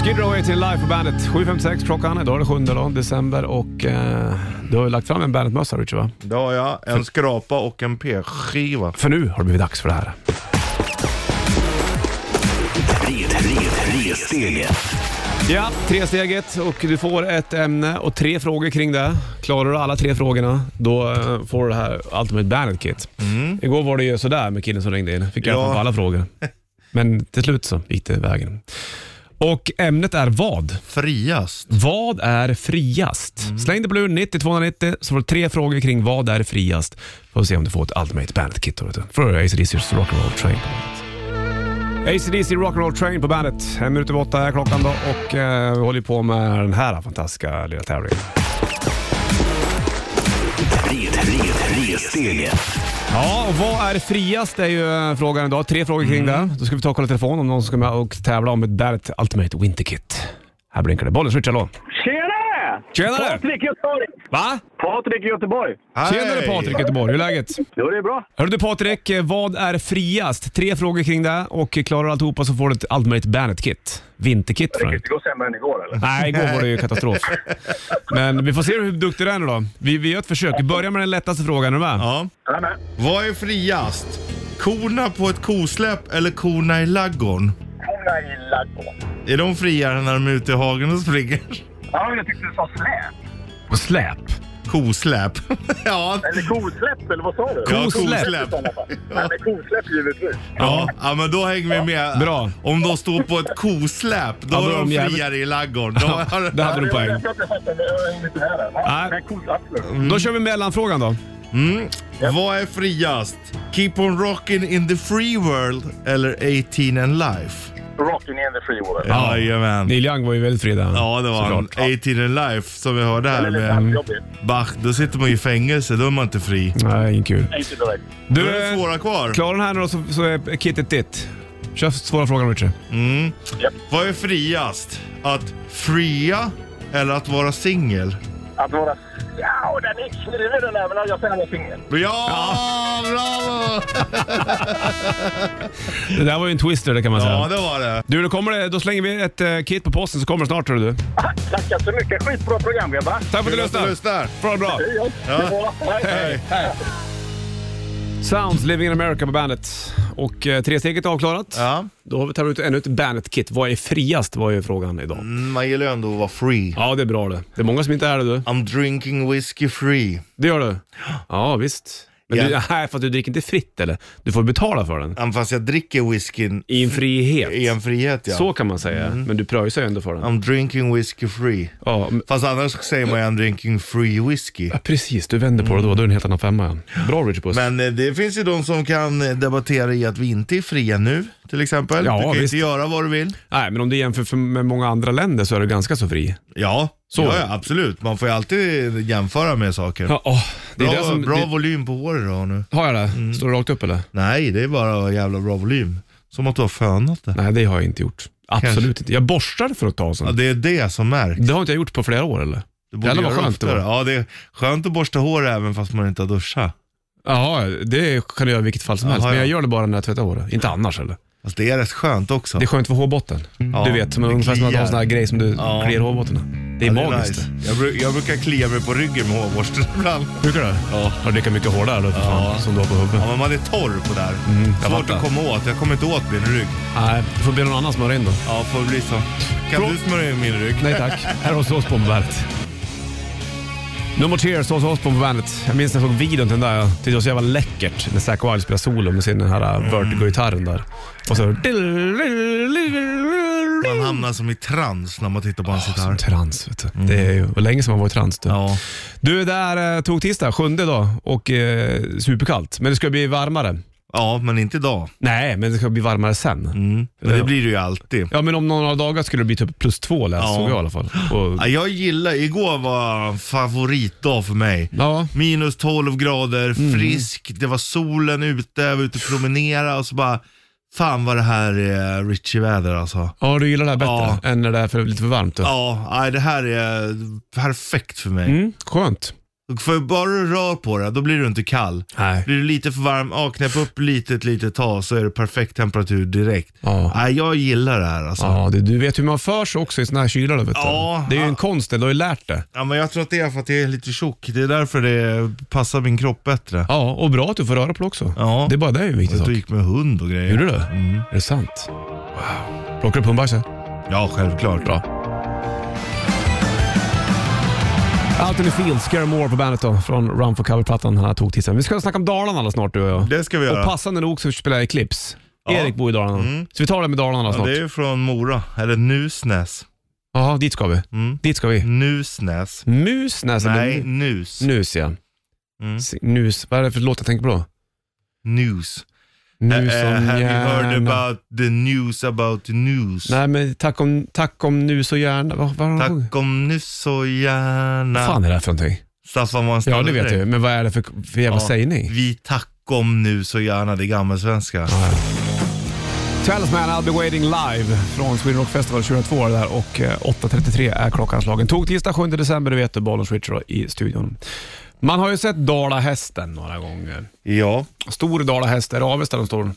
Speaker 2: Skid Row är till live på bandet. 7.56 klockan. Idag är det 7 dagen, december och eh, du har ju lagt fram en bandetmössa Richard va?
Speaker 3: Ja, ja. En skrapa och en p-skiva.
Speaker 2: För nu har det blivit dags för det här.
Speaker 1: Red, red, red steget.
Speaker 2: Ja, tresteget och du får ett ämne och tre frågor kring det. Klarar du alla tre frågorna, då eh, får du det här Ultimate Bandet Kit. Igår var det ju sådär med killen som ringde in. Fick jag
Speaker 3: Ja.
Speaker 2: på alla frågor. Men till slut så gick det vägen. Och ämnet är vad?
Speaker 3: Friast.
Speaker 2: Vad är friast? Släng dig på luren, 90 290, så får du tre frågor kring vad är friast. Får vi se om du får ett Ultimate Bandet Kit då. vet du. För ACDC's Rock'n'Roll Train på bandet. ACDC Rock'n'Roll Train på bandet. En minut över åtta är klockan då och eh, vi håller ju på med den här fantastiska lilla tävlingen.
Speaker 1: Red, red, resteget.
Speaker 2: Ja, och vad är friast är ju eh, frågan idag. Tre frågor kring det. Då ska vi ta och kolla telefon om någon ska med och tävla om ett Bandet Ultimate Winter Kit. Här blinkar det. Bollen switch, hallå.
Speaker 6: Tjenare!
Speaker 2: Tjenare!
Speaker 6: Patrik Göteborg!
Speaker 2: Va?
Speaker 6: Patrik Göteborg!
Speaker 2: Tjenare Patrik Göteborg, hur är läget?
Speaker 6: Jo, det är bra.
Speaker 2: Hörru du Patrik, eh, vad är friast? Tre frågor kring det och klarar du alltihopa så får du ett Ultimate Bandet-kit. Vinterkit från
Speaker 6: Det går sämre än igår, eller?
Speaker 2: Nej, igår var det ju katastrof. Men vi får se hur duktig du är nu då. Vi, vi gör ett försök. Vi börjar med den lättaste frågan, är du med?
Speaker 3: Ja.
Speaker 6: Jajamän.
Speaker 3: Vad är friast? Korna på ett kosläpp eller korna i laggorn?
Speaker 6: Korna i ladugården.
Speaker 3: Är de friare när de är ute i hagen och springer?
Speaker 6: Ja, men jag tyckte du sa släp.
Speaker 2: Och släp.
Speaker 3: Kosläp. ja.
Speaker 6: Eller kosläpp, eller vad sa du?
Speaker 3: Ja,
Speaker 2: Kosläpp.
Speaker 3: kosläpp.
Speaker 6: Nej, men kosläpp givetvis.
Speaker 3: Ja. ja, men då hänger vi med.
Speaker 2: Bra.
Speaker 3: Om de står på ett kosläp, då,
Speaker 2: Ja, då
Speaker 3: är de
Speaker 2: jävligt-
Speaker 3: friare i laggorn. Då har...
Speaker 2: Där hade du en
Speaker 6: Jag
Speaker 2: poäng.
Speaker 6: vet inte, jag fattar, men jag hänger inte med där.
Speaker 2: Nej.
Speaker 6: Ja, Men kosläpp.
Speaker 2: Mm. Då kör vi mellanfrågan då.
Speaker 3: Mm. Vad är friast? Keep on rockin' in the free world eller 18 and life?
Speaker 6: Rocking in the free world.
Speaker 2: Ja.
Speaker 3: Jajamän.
Speaker 2: Neil Young var ju väldigt fri där.
Speaker 3: Ja, det var han.
Speaker 2: Såklart.
Speaker 3: 18 and life som vi hörde här med
Speaker 6: Jobbigt.
Speaker 3: Bach. Då sitter man ju i fängelse, då är man inte fri.
Speaker 2: Nej, ingen kul.
Speaker 6: Inte direkt.
Speaker 3: Då
Speaker 2: Du,
Speaker 3: är det
Speaker 2: eh,
Speaker 3: svåra kvar.
Speaker 2: klarar den här nu då så, så är kittet ditt. Kör svåra frågan Richard.
Speaker 3: Mm.
Speaker 6: Japp.
Speaker 3: Vad är friast? Att fria eller att vara singel?
Speaker 6: Att vara... Ja, den är klurig den där, men jag säger att han är singel.
Speaker 3: Ja, bravo!
Speaker 2: Det där var ju en twister det kan man säga.
Speaker 3: Ja, det var det.
Speaker 2: Du, då, kommer det, då slänger vi ett eh, kit på posten så kommer det snart tror du.
Speaker 6: Tackar så mycket. Skitbra program, grabbar.
Speaker 2: Tack för att du lyssnade.
Speaker 3: lyssnar.
Speaker 2: Ha det bra.
Speaker 6: Ja.
Speaker 3: Hej.
Speaker 2: Sounds Living in America på bandet. Och eh, tresteget är avklarat.
Speaker 3: Ja.
Speaker 2: Då har vi tagit ut ännu ett Bandet-kit. Vad är friast? var ju frågan idag.
Speaker 3: Mm, Man gillar ju ändå att vara free.
Speaker 2: Ja, det är bra det. Det är många som inte är det du.
Speaker 3: I'm drinking whiskey free.
Speaker 2: Det gör du? Ja, visst. Men
Speaker 3: Ja.
Speaker 2: du, nej, för att du dricker inte fritt eller? Du får betala för den.
Speaker 3: Även fast jag dricker whiskyn
Speaker 2: I en frihet.
Speaker 3: i en frihet ja. Mm.
Speaker 2: Så kan man säga, men du pröjsar ju ändå för den.
Speaker 3: I'm drinking whiskey free.
Speaker 2: Ja, men-
Speaker 3: Fast annars säger man ju I'm drinking free whiskey.
Speaker 2: ja, precis. Du vänder på det då. Då är det en helt annan femma. Bra Richard Puss.
Speaker 3: Men eh, det finns ju de som kan eh, debattera i att vi inte är fria nu, till exempel.
Speaker 2: Ja,
Speaker 3: du kan ju
Speaker 2: visst.
Speaker 3: inte göra vad du vill.
Speaker 2: Nej, men om du jämför för- med många andra länder så är du ganska så fri.
Speaker 3: Ja,
Speaker 2: Så
Speaker 3: ja,
Speaker 2: är
Speaker 3: ja, absolut. Man får ju alltid jämföra med saker.
Speaker 2: Ja, åh, det är
Speaker 3: bra
Speaker 2: det som...
Speaker 3: bra Mm.
Speaker 2: det,
Speaker 3: volym på håret idag nu.
Speaker 2: har jag det? Står det rakt upp eller?
Speaker 3: Nej, det är bara jävla bra volym. Som att du har fönat det.
Speaker 2: Nej, det har jag inte gjort. Absolut
Speaker 3: Kanske.
Speaker 2: inte. Jag borstar för ett tag sedan.
Speaker 3: Ja, det är det som märks.
Speaker 2: Det har inte jag gjort på flera år eller?
Speaker 3: Du borde
Speaker 2: Jävlar,
Speaker 3: göra
Speaker 2: vad
Speaker 3: det
Speaker 2: skönt det var.
Speaker 3: oftare. Ja, det är skönt att borsta hår även fast man inte har duschat.
Speaker 2: Ja, det kan jag göra i vilket fall som helst.
Speaker 3: Jaha,
Speaker 2: Men jag
Speaker 3: ja.
Speaker 2: gör det bara när jag tvättar håret. Inte annars eller?
Speaker 3: Fast det är rätt skönt också.
Speaker 2: Det är skönt för hårbotten.
Speaker 3: Ja,
Speaker 2: du vet, som
Speaker 3: det
Speaker 2: ungefär som att ha
Speaker 3: kliar.
Speaker 2: en sån här grej som du
Speaker 3: Ja.
Speaker 2: kliar hårbotten. Det är
Speaker 3: Ja, det är
Speaker 2: magiskt. Mm.
Speaker 3: nice. jag, bru- jag brukar klia mig på ryggen med hårborsten ibland.
Speaker 2: Brukar du? Ja. Har du lika mycket hår där då, för fan, som du har på huvudet?
Speaker 3: Ja, men man är torr på det här.
Speaker 2: Mm, jag
Speaker 3: Svårt
Speaker 2: fattar.
Speaker 3: att komma åt. Jag kommer inte åt min rygg.
Speaker 2: Nej, du får be någon annan smörja in då.
Speaker 3: Ja, får det bli så. Kan
Speaker 2: Frå-
Speaker 3: du smörja in min rygg?
Speaker 2: Nej tack. Här hos oss på bandet. No More Tears hos oss på bandet. Jag minns när jag såg videon till den där. Jag tyckte det var så jävla läckert när Zack Wilde spelade solo med sin den här äh, Vertigo-gitarren där. Och så...
Speaker 3: Man hamnar som i trans när man tittar på hans
Speaker 2: Som
Speaker 3: gitarr.
Speaker 2: trans vet du. Det är ju och länge sedan man var i trans du.
Speaker 3: Ja.
Speaker 2: Du, det är eh, tog tisdag, sjunde dag och eh, superkallt. Men det ska bli varmare.
Speaker 3: ja, men inte idag.
Speaker 2: Nej, men det ska bli varmare sen.
Speaker 3: Men det blir det ju alltid.
Speaker 2: Ja, men om några dagar skulle det bli typ plus två läs,
Speaker 3: Ja.
Speaker 2: såg jag i alla fall. Och,
Speaker 3: Ja, jag gillar, igår var en favoritdag för mig.
Speaker 2: ja.
Speaker 3: Minus 12 grader,
Speaker 2: Mm.
Speaker 3: frisk, det var solen ute, jag var ute och promenera och så bara, fan vad det här är Richie-väder alltså.
Speaker 2: ja, du gillar det här bättre
Speaker 3: Ja.
Speaker 2: än när det är för, lite för varmt. Då.
Speaker 3: Ja, nej, det här är perfekt för mig.
Speaker 2: Mm, skönt.
Speaker 3: För bara du rör på det, då blir du inte kall.
Speaker 2: Nej.
Speaker 3: Blir du lite för varm, ja, knäpp upp lite, ett litet tag så är det perfekt temperatur direkt.
Speaker 2: Ja.
Speaker 3: Nej, jag gillar det här alltså. Ja.
Speaker 2: Ja, du, du vet hur man för sig också i såna här kylar. Vet du.
Speaker 3: Ja.
Speaker 2: det är ju en konst, du har ju lärt det.
Speaker 3: men jag tror att det är för att jag är lite tjock. Det är därför det passar min kropp bättre.
Speaker 2: Ja, och bra att du får röra på det också.
Speaker 3: Ja.
Speaker 2: Det är bara det är ju en viktig
Speaker 3: Jag
Speaker 2: sak.
Speaker 3: gick med hund och grejer. Mm.
Speaker 2: Gjorde du? Är det sant? Wow. Plockar du upp hundbajset?
Speaker 3: Ja, självklart.
Speaker 2: Bra. Out in the field, Scary Moore på bandet då, från Run for Cover-plattan han tog till sig. Vi ska snacka om Dalarna alldeles snart du och jag.
Speaker 3: Det ska vi göra.
Speaker 2: Och passande nog så spelar jag Eclipse. Erik bor i Dalarna. Så vi tar Mm. det med Dalarna alldeles
Speaker 3: Ja,
Speaker 2: snart.
Speaker 3: det är ju från Mora, eller Nusnäs.
Speaker 2: Jaha, dit ska vi. Dit ska vi.
Speaker 3: Nusnäs.
Speaker 2: Musnäs eller
Speaker 3: Nej,
Speaker 2: mu-
Speaker 3: nus.
Speaker 2: Nus ja. S- Nus, vad är det för låt jag tänker på då?
Speaker 3: News.
Speaker 2: Nu
Speaker 3: Eh,
Speaker 2: som
Speaker 3: have you heard
Speaker 2: hjärna.
Speaker 3: about the news about the news?
Speaker 2: Nej men tack om, tack om nu så gärna. Vad, vad har de sjungit?
Speaker 3: Tack om nu så
Speaker 2: Vad
Speaker 3: gärna.
Speaker 2: fan är det här för någonting?
Speaker 3: Staffan var en
Speaker 2: Ja det vet jag ju, men vad är det för, för jävla sägning?
Speaker 3: Vi tack om nu så gärna, det är gammelsvenska.
Speaker 2: Talisman I'll be waiting live från Sweden Rock Festival 2002 var det där och eh, 8.33 är klockan slagen. Tog tisdag 7 december, du vet det, Bollens Richard i studion. Man har ju sett Dalahästen några gånger.
Speaker 3: Ja,
Speaker 2: Stor Dalahäst, är det Avesta de står?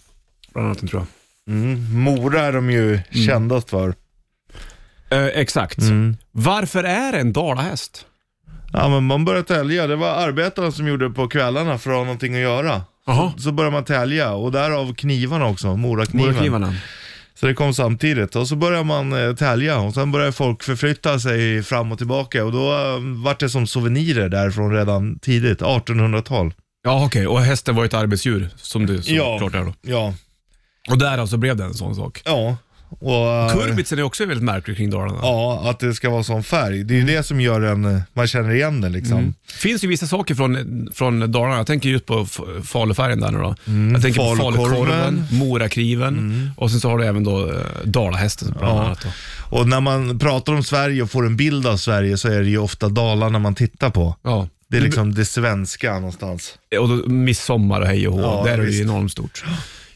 Speaker 2: Bland annat tror jag.
Speaker 3: Mora är de
Speaker 2: Mm.
Speaker 3: ju kändast för.
Speaker 2: Eh, exakt. Varför är det en dalahäst?
Speaker 3: Ja, men man började tälja. Det var arbetarna som gjorde det på kvällarna för att ha någonting att göra.
Speaker 2: Jaha.
Speaker 3: Så började man tälja och därav knivarna också, Morakniven.
Speaker 2: Moraknivarna.
Speaker 3: Så det kom samtidigt och så började man eh, tälja och sen började folk förflytta sig fram och tillbaka och då eh, vart det som souvenirer därifrån redan tidigt, 1800-tal.
Speaker 2: Ja okej, och hästen var ju ett arbetsdjur som du
Speaker 3: Ja.
Speaker 2: såklart är då.
Speaker 3: Ja,
Speaker 2: Och därav så blev det en sån sak.
Speaker 3: ja. Och, eh,
Speaker 2: Kurbitsen är också väldigt märklig kring Dalarna.
Speaker 3: Ja, att det ska vara sån färg. Det är ju det som gör en, eh, man känner igen den liksom.
Speaker 2: finns ju vissa saker från, från Dalarna. Jag tänker just på F- Falufärgen där nu då. Jag tänker på
Speaker 3: Mm. Falukorven.
Speaker 2: Falukorven,
Speaker 3: Mm.
Speaker 2: Morakriven och sen så har du även då eh, Dalahästen bland annat. Då.
Speaker 3: Och när man pratar om Sverige och får en bild av Sverige så är det ju ofta Dalarna man tittar på.
Speaker 2: Ja.
Speaker 3: Det är liksom det svenska någonstans.
Speaker 2: Och då, midsommar och hej och hå.
Speaker 3: Ja,
Speaker 2: där är det ju
Speaker 3: visst.
Speaker 2: enormt stort.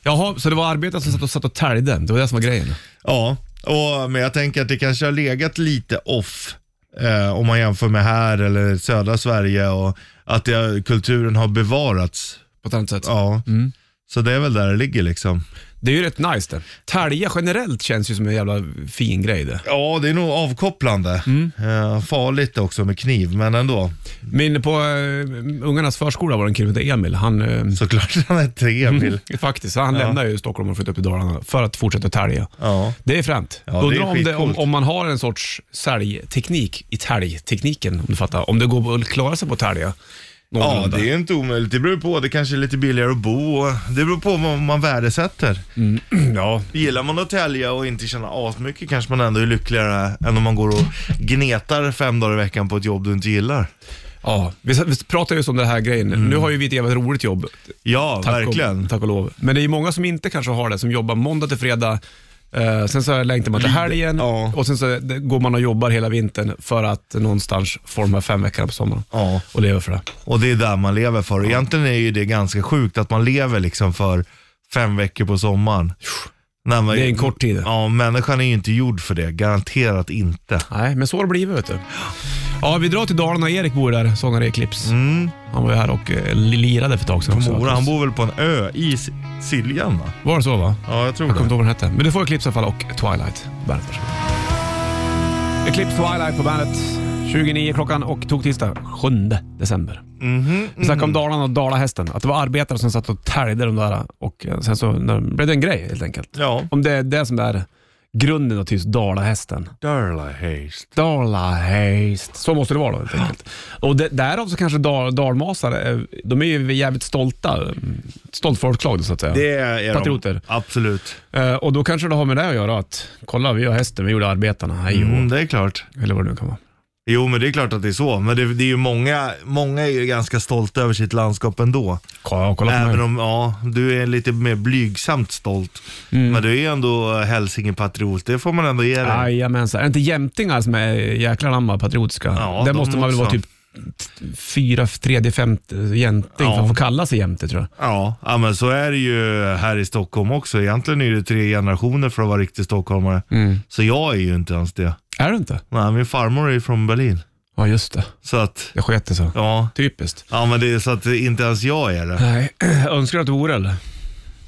Speaker 2: Jaha, så det var arbetare som satt och, satt och täljde. Det var det som var grejen.
Speaker 3: Ja, och, men jag tänker att det kanske har legat lite off eh, om man jämför med här eller södra Sverige och att det, kulturen har bevarats.
Speaker 2: På ett annat sätt.
Speaker 3: Ja. Så det är väl där det ligger liksom.
Speaker 2: Det är ju rätt nice det. Tälja generellt känns ju som en jävla fin grej det.
Speaker 3: Ja, det är nog avkopplande. Eh, farligt också med kniv, men ändå.
Speaker 2: Men på eh, ungarnas förskola var det en kille som hette Emil. Han, eh,
Speaker 3: Såklart han är tre Emil.
Speaker 2: faktiskt, han lämnade ju Stockholm och flyttade upp till Dalarna för att fortsätta tälja.
Speaker 3: Ja.
Speaker 2: Det är fränt.
Speaker 3: Ja, det är
Speaker 2: Undrar om, det, om,
Speaker 3: skitcoolt.
Speaker 2: om man har en sorts säljteknik i täljtekniken, om du fattar. Om det går att klara sig på att tälja.
Speaker 3: Ja,
Speaker 2: någorlunda.
Speaker 3: det är inte omöjligt. Det beror på. Det kanske är lite billigare att bo. och Det beror på vad man värdesätter.
Speaker 2: ja.
Speaker 3: Gillar man att tälja och inte känna asmycket kanske man ändå är lyckligare än om man går och gnetar fem dagar i veckan på ett jobb du inte gillar.
Speaker 2: ja. Vi, vi pratar just om den här grejen.
Speaker 3: Mm.
Speaker 2: Nu har ju vi ett jävligt roligt jobb.
Speaker 3: Ja,
Speaker 2: Och,
Speaker 3: verkligen.
Speaker 2: tack och lov. Men det är ju många som inte kanske har det, som jobbar måndag till fredag. Eh, sen så längtar man till helgen
Speaker 3: ja.
Speaker 2: och sen så det- går man och jobbar hela vintern för att någonstans få de här fem veckorna på sommaren
Speaker 3: Ja.
Speaker 2: och leva för det.
Speaker 3: Och det är där man lever för. Egentligen är ju det ganska sjukt att man lever liksom för fem veckor på sommaren. När man,
Speaker 2: Det är en kort tid.
Speaker 3: Ja, människan är ju inte gjord för det. Garanterat inte.
Speaker 2: Nej, men så har det blivit vet du. Ja, vi drar till Dalarna. Erik bor där, sångare i Eclipse.
Speaker 3: Mm.
Speaker 2: Han var ju här och eh, lirade för ett tag sedan också.
Speaker 3: Mora, han bor väl på en ö i S- Siljan va?
Speaker 2: Var det så va?
Speaker 3: Ja, jag tror
Speaker 2: Jag kommer inte
Speaker 3: det.
Speaker 2: ihåg vad den hette. Men du får Eclipse i alla fall och Twilight på bandet. Varsågod. Eclipse Twilight på bandet. 29 klockan och tog tisdag 7 december. Vi snackade om Dalarna och Dalahästen. Att det var arbetare som satt och täljde de där och eh, sen så när- blev det en grej helt enkelt.
Speaker 3: Ja.
Speaker 2: Om det är det som är grunden till just Dalahästen.
Speaker 3: Darlahäst.
Speaker 2: Dalahäst. Så måste det vara då helt enkelt. Och det, därav så kanske dal, dalmasar, eh, de är ju jävligt stolta. mm, Stolt folklag så att säga.
Speaker 3: Det är
Speaker 2: Patrioter.
Speaker 3: de. Absolut.
Speaker 2: Eh, och då kanske det har med det att göra att kolla, vi har hästen, vi gjorde arbetarna, hej och
Speaker 3: Mm, det är klart.
Speaker 2: Eller vad det nu kan vara.
Speaker 3: Jo, men det är klart att det är så. Men det, det är ju många, många är ju ganska stolta över sitt landskap ändå.
Speaker 2: Kolla, kolla på
Speaker 3: Även
Speaker 2: mig.
Speaker 3: om, ja, du är lite mer blygsamt stolt. Men du är ändå hälsingepatriot, det får man ändå ge dig.
Speaker 2: Jajamensan. Är det inte jämtingar som är jäkla anamma patriotiska?
Speaker 3: Ja,
Speaker 2: Där
Speaker 3: de
Speaker 2: måste man väl
Speaker 3: också.
Speaker 2: vara typ t- fyra, tredje, femte jämting för
Speaker 3: Ja.
Speaker 2: att få kalla sig jämte tror jag.
Speaker 3: Ja, ja, men så är det ju här i Stockholm också. Egentligen är det tre generationer för att vara riktig stockholmare. Så jag är ju inte ens det.
Speaker 2: Är du inte?
Speaker 3: Nej, min farmor är ju från Berlin.
Speaker 2: Ja, just det.
Speaker 3: Så att,
Speaker 2: Jag sket det så.
Speaker 3: ja.
Speaker 2: Typiskt.
Speaker 3: Ja, men det är så att inte ens jag är det.
Speaker 2: Nej, önskar du att du vore eller?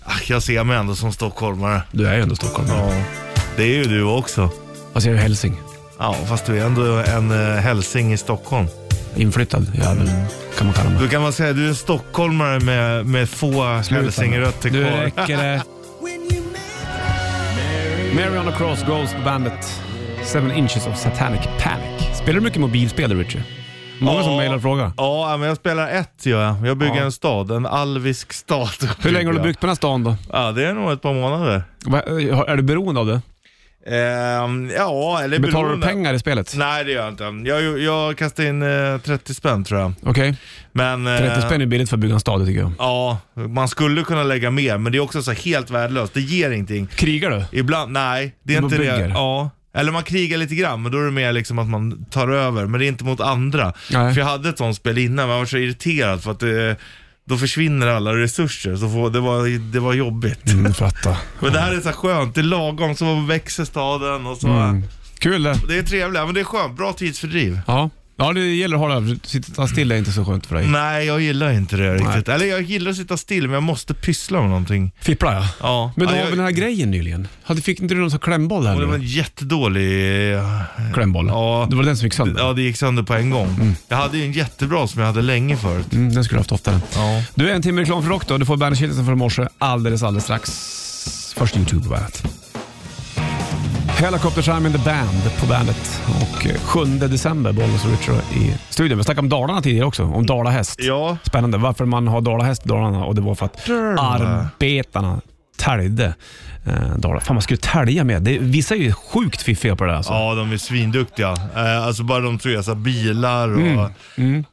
Speaker 3: Ah, Jag ser mig ändå som stockholmare.
Speaker 2: Du är ju ändå stockholmare.
Speaker 3: Ja. Det är ju du också.
Speaker 2: Fast jag är ju hälsing.
Speaker 3: Ja, fast du är ändå en eh, hälsing i Stockholm.
Speaker 2: Inflyttad jävel, kan man kalla mig.
Speaker 3: Då kan man säga att du är en stockholmare med, med få hälsingrötter
Speaker 2: Nu
Speaker 3: kvar.
Speaker 2: räcker det. Mary on the Cross Goes på bandet. Seven Inches of Satanic Panic. Spelar du mycket mobilspel Richie? Många som mejlar och frågar.
Speaker 3: Ja, men jag spelar ett gör jag. Jag bygger en stad, en alvisk stad.
Speaker 2: Hur länge har du
Speaker 3: jag.
Speaker 2: byggt på den här stan då?
Speaker 3: Ja, det är nog ett par månader.
Speaker 2: Va- eh, Är du beroende av det?
Speaker 3: Ehm, ja, eller
Speaker 2: Betalar du
Speaker 3: beroende.
Speaker 2: pengar i spelet?
Speaker 3: Nej, det gör jag inte. Jag, jag kastade in eh, 30 spänn tror jag.
Speaker 2: Okej.
Speaker 3: Men, eh,
Speaker 2: 30 spänn är billigt för att bygga en stad tycker jag.
Speaker 3: Ja, man skulle kunna lägga mer, men det är också så här helt värdelöst. Det ger ingenting.
Speaker 2: Krigar du?
Speaker 3: Ibland, nej, det är
Speaker 2: Man
Speaker 3: inte det.
Speaker 2: bygger.
Speaker 3: Ja. Eller man krigar lite grann, men då är det mer liksom att man tar över. Men det är inte mot andra.
Speaker 2: Nej.
Speaker 3: För jag hade ett sånt spel innan, men jag var så irriterad för att det, då försvinner alla resurser. Så får, det, var, det var jobbigt.
Speaker 2: Mm, fatta.
Speaker 3: Men det här är så här skönt, det är lagom, så växer staden och så.
Speaker 2: Mm. Kul det.
Speaker 3: Det är trevligt, ja, men det är skönt. Bra tidsfördriv.
Speaker 2: Ja. Ja, det gäller att hålla... Sitta stilla är inte så skönt för dig.
Speaker 3: Nej, jag gillar inte det riktigt. Eller jag gillar att sitta still, men jag måste pyssla med någonting.
Speaker 2: Fippla ja.
Speaker 3: Ja.
Speaker 2: Men du
Speaker 3: ja,
Speaker 2: har
Speaker 3: jag-
Speaker 2: väl den här grejen nyligen? Hade, fick inte du någon sån klämboll här
Speaker 3: Och det var
Speaker 2: nu?
Speaker 3: en jättedålig... eh,
Speaker 2: Klämboll?
Speaker 3: Ja.
Speaker 2: Det var den som gick sönder?
Speaker 3: Ja, det gick sönder på en gång. Jag hade ju en jättebra som jag hade länge förut.
Speaker 2: Mm, den skulle du haft oftare.
Speaker 3: Ja.
Speaker 2: Du, en timme reklam för rock då. Du får bandet från morse alldeles, alldeles strax. Först YouTube på bandet. Helicopter Time in the Band på bandet. Och eh, 7 december, Bollnäs och Richard i studion. Vi snackade om Dalarna tidigare också, om dalahäst.
Speaker 3: Ja.
Speaker 2: Spännande varför man har dalahäst i Dalarna och det var för att
Speaker 3: Dalarna.
Speaker 2: arbetarna täljde eh, Dalarna. Fan, man skulle tälja med. Det, vissa är ju sjukt fiffiga på det där alltså.
Speaker 3: Ja, de är svinduktiga. Eh, alltså bara de tror jag så här, bilar och...
Speaker 2: Mm.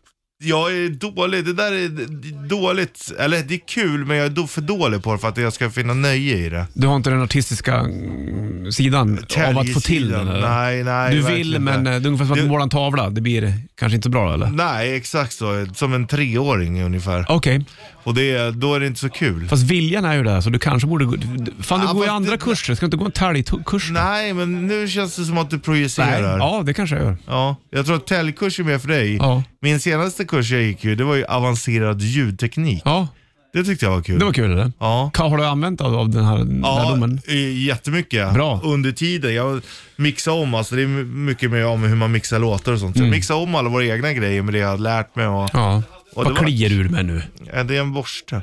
Speaker 3: Jag är dålig, det där är d- dåligt. Eller det är kul, men jag är då för dålig på det för att jag ska finna nöje i det.
Speaker 2: Du har inte den artistiska mm, sidan av att få till
Speaker 3: Täljesidan.
Speaker 2: den? eller?
Speaker 3: Nej, nej.
Speaker 2: Du vill,
Speaker 3: verkligen
Speaker 2: men
Speaker 3: inte.
Speaker 2: eh, det är ungefär som att
Speaker 3: Du-
Speaker 2: måla en tavla. Det blir kanske inte så bra eller?
Speaker 3: Nej, exakt så. Som en treåring ungefär.
Speaker 2: Okej,
Speaker 3: Och det, är- då är det inte så kul.
Speaker 2: fast viljan är ju där så du kanske borde gå... du- Fan, du
Speaker 3: Ja,
Speaker 2: går ju
Speaker 3: fast
Speaker 2: andra
Speaker 3: det-
Speaker 2: kurser. Ska du inte gå en täljkurs?
Speaker 3: Nej, men nu känns det som att du
Speaker 2: Nej.
Speaker 3: projicerar.
Speaker 2: Ja, det kanske jag gör.
Speaker 3: Ja, jag tror att täljkurs är mer för dig.
Speaker 2: Ja.
Speaker 3: Min senaste kurs jag gick ju, det var ju avancerad ljudteknik.
Speaker 2: Ja,
Speaker 3: Det tyckte jag var kul.
Speaker 2: det var kul det.
Speaker 3: Ja.
Speaker 2: Har du använt av, av den här
Speaker 3: Ja,
Speaker 2: lärdomen?
Speaker 3: eh, jättemycket.
Speaker 2: Bra.
Speaker 3: Under tiden. Jag mixade om, alltså det är mycket mer om hur man mixar låtar och sånt. Jag mixade om alla våra egna grejer med det jag hade lärt mig. Och,
Speaker 2: Mm. Ja.
Speaker 3: Och
Speaker 2: Vad
Speaker 3: det var-
Speaker 2: kliar du ur med nu?
Speaker 3: ja, det är en borste.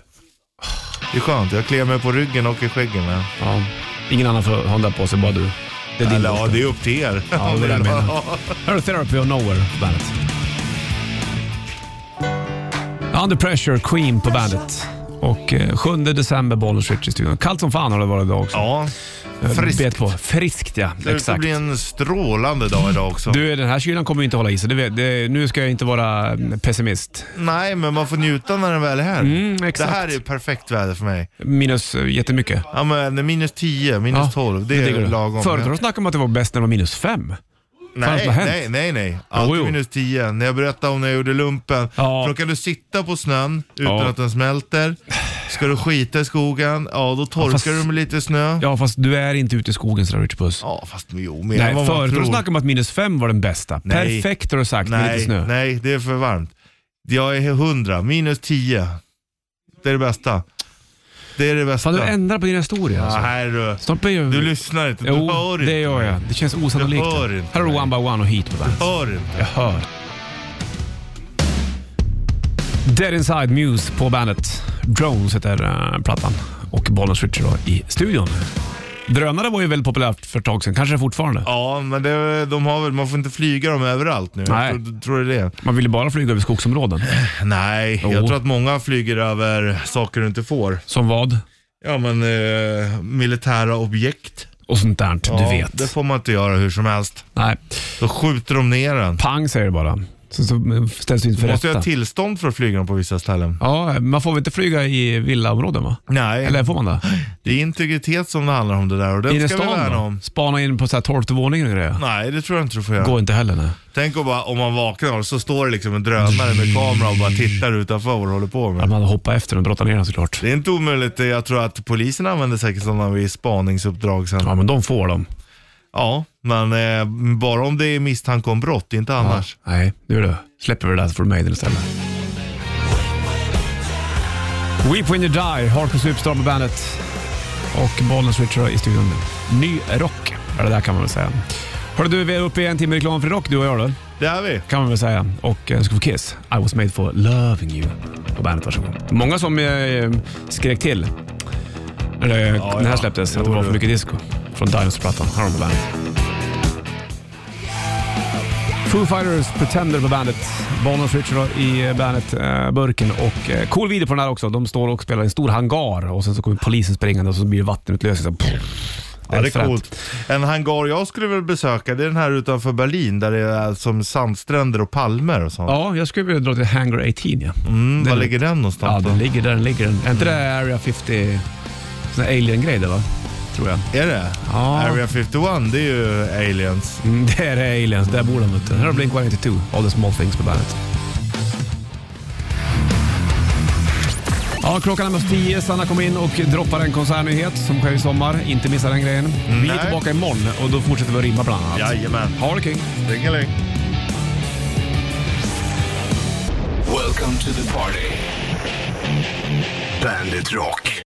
Speaker 3: Det är skönt, jag kliar mig på ryggen och i skäggen med.
Speaker 2: Ja. Ingen annan får ha den där på sig, bara du. Det är din
Speaker 3: Eller ja,
Speaker 2: låt.
Speaker 3: det är upp till er.
Speaker 2: Ja, det är det jag menar. Här har du Therapy of Nowhere på bandet. Under Pressure, Queen på bandet. Och eh, 7 december, Bollnäs Ritchie i studion. Kallt som fan har det varit idag också.
Speaker 3: Ja, friskt.
Speaker 2: Bet på. Friskt ja,
Speaker 3: Det ska
Speaker 2: exakt.
Speaker 3: bli en strålande dag idag också.
Speaker 2: Du, den här kylan kommer ju inte hålla i sig. Det vet, det, nu ska jag inte vara mm, pessimist.
Speaker 3: Nej, men man får njuta när den väl är här.
Speaker 2: Mm,
Speaker 3: det
Speaker 2: exakt.
Speaker 3: här är ju perfekt väder för mig.
Speaker 2: Minus eh, jättemycket.
Speaker 3: Ja, men minus 10, minus 12, det,
Speaker 2: diggar
Speaker 3: är
Speaker 2: du.
Speaker 3: lagom.
Speaker 2: Förut har de snackat om att det var bäst när det var minus fem. Fan,
Speaker 3: nej,
Speaker 2: vad har hänt?
Speaker 3: nej, nej, nej. Alltid
Speaker 2: jo.
Speaker 3: minus 10. När jag berättade om när jag gjorde lumpen.
Speaker 2: Ja.
Speaker 3: För då kan du sitta på snön utan
Speaker 2: Ja.
Speaker 3: att den smälter. Ska du skita i skogen, ja då torkar
Speaker 2: fast-
Speaker 3: du med lite snö. Ja,
Speaker 2: Ja, fast du är inte ute i skogen sådär Richard Puss.
Speaker 3: fast jo, mer än
Speaker 2: Nej,
Speaker 3: vad man
Speaker 2: förut har
Speaker 3: tror.
Speaker 2: de snackat om att minus fem var den bästa.
Speaker 3: Nej.
Speaker 2: Perfekt har du sagt med lite
Speaker 3: nej,
Speaker 2: snö.
Speaker 3: nej, det är för varmt. Jag är 100, minus 10. Det är det bästa. Det är det bästa.
Speaker 2: Fan, du ändrar på din historia
Speaker 3: Ja,
Speaker 2: alltså.
Speaker 3: här du.
Speaker 2: Stopp är ju...
Speaker 3: Du lyssnar inte, du
Speaker 2: Jo,
Speaker 3: hör inte.
Speaker 2: det gör jag. Det känns osannolikt.
Speaker 3: Du hör inte
Speaker 2: Här har du
Speaker 3: mig.
Speaker 2: One by One och Heat på bandet.
Speaker 3: Hör inte.
Speaker 2: Jag hör. Dead Inside Muse på bandet. Drones heter eh, plattan. Och Bollnäs Richard då i studion. Drönare var ju väldigt populärt för ett tag sedan. Kanske det fortfarande.
Speaker 3: Ja, men det, de har väl, man får inte flyga dem överallt nu.
Speaker 2: Nej.
Speaker 3: Jag tror, tror du det?
Speaker 2: Man ville bara flyga över skogsområden.
Speaker 3: Nej,
Speaker 2: Jo.
Speaker 3: jag tror att många flyger över saker du inte får.
Speaker 2: Som vad?
Speaker 3: Ja, men eh, militära objekt.
Speaker 2: Och sånt där.
Speaker 3: Ja,
Speaker 2: du vet.
Speaker 3: Det får man inte göra hur som helst.
Speaker 2: Nej.
Speaker 3: Då skjuter de ner den.
Speaker 2: Pang säger det bara. Så, så ställs du inte för
Speaker 3: Måste jag
Speaker 2: rätta.
Speaker 3: ha tillstånd för att flyga dem på vissa ställen?
Speaker 2: Ja, man får väl inte flyga i villaområden va?
Speaker 3: Nej,
Speaker 2: Eller får man det?
Speaker 3: det är integritet som det handlar om det där och
Speaker 2: Inne
Speaker 3: den
Speaker 2: i
Speaker 3: ska vi
Speaker 2: stan
Speaker 3: värna om.
Speaker 2: då? Spana in på så här tolfte våningen och grejer?
Speaker 3: Nej, det tror jag inte du får göra.
Speaker 2: Går inte heller nej.
Speaker 3: Tänk om, bara, om man vaknar och så står det liksom en drönare med kamera och bara tittar utanför vad du håller på med.
Speaker 2: Att man hoppar efter den och brottar ner den såklart.
Speaker 3: Det är inte omöjligt. Jag tror att polisen använder säkert sådana vid spaningsuppdrag sen.
Speaker 2: Ja,
Speaker 3: Ja,
Speaker 2: men de får dem.
Speaker 3: men eh, bara om det är misstanke om brott, inte annars.
Speaker 2: Nej, nu du. Släpper vi det där så får du Maiden istället. Weep When You Die, Hardcore Superstar på bandet. Och Bollnäs Richard i studion. Ny rock, ja det där kan man väl säga. Hörru du, vi är uppe i en timme reklam för rock du och jag då.
Speaker 3: Det är vi.
Speaker 2: Kan man väl säga. Och eh, ska få Kiss, I was made for loving you på bandet. Varsågod. Många som eh, skrek till när det- den här
Speaker 3: ja.
Speaker 2: släpptes, att det
Speaker 3: Jo,
Speaker 2: var för
Speaker 3: du.
Speaker 2: mycket disco. Från Dinosaur-plattan. Här har de på bandet. Foo Fighters Pretender på bandet. Bono och Fritcher då i eh, Bandet-burken. Och eh, cool video på den här också. De står och spelar i en stor hangar och sen så kommer polisen springande och så blir det vattenutlösning. Så,
Speaker 3: Ja, det är
Speaker 2: fränt.
Speaker 3: coolt. En hangar jag skulle väl besöka, det är den här utanför Berlin där det är som sandstränder och palmer och sånt.
Speaker 2: Ja, jag skulle vilja dra till Hangar 18 ja.
Speaker 3: Mm, var ligger den någonstans
Speaker 2: Ja,
Speaker 3: då?
Speaker 2: den ligger där den ligger. Den. Är inte det Area 50, sån här alien-grej där va? Tror jag.
Speaker 3: Är det?
Speaker 2: Ja.
Speaker 3: Area 51, det är ju aliens.
Speaker 2: Mm, där är aliens, där bor de vet du. Här har Blink-182, All the small things på bandet. Ja, klockan är nästan tio. Sanna kommer in och droppar en konsertnyhet som sker i sommar. Inte missa den grejen. Vi är
Speaker 3: Nej.
Speaker 2: tillbaka imorgon och då fortsätter vi att rimma bland annat.
Speaker 3: Jajamän.
Speaker 2: Ha det king!
Speaker 3: Ringeling.
Speaker 1: Welcome to the party. Bandit Rock.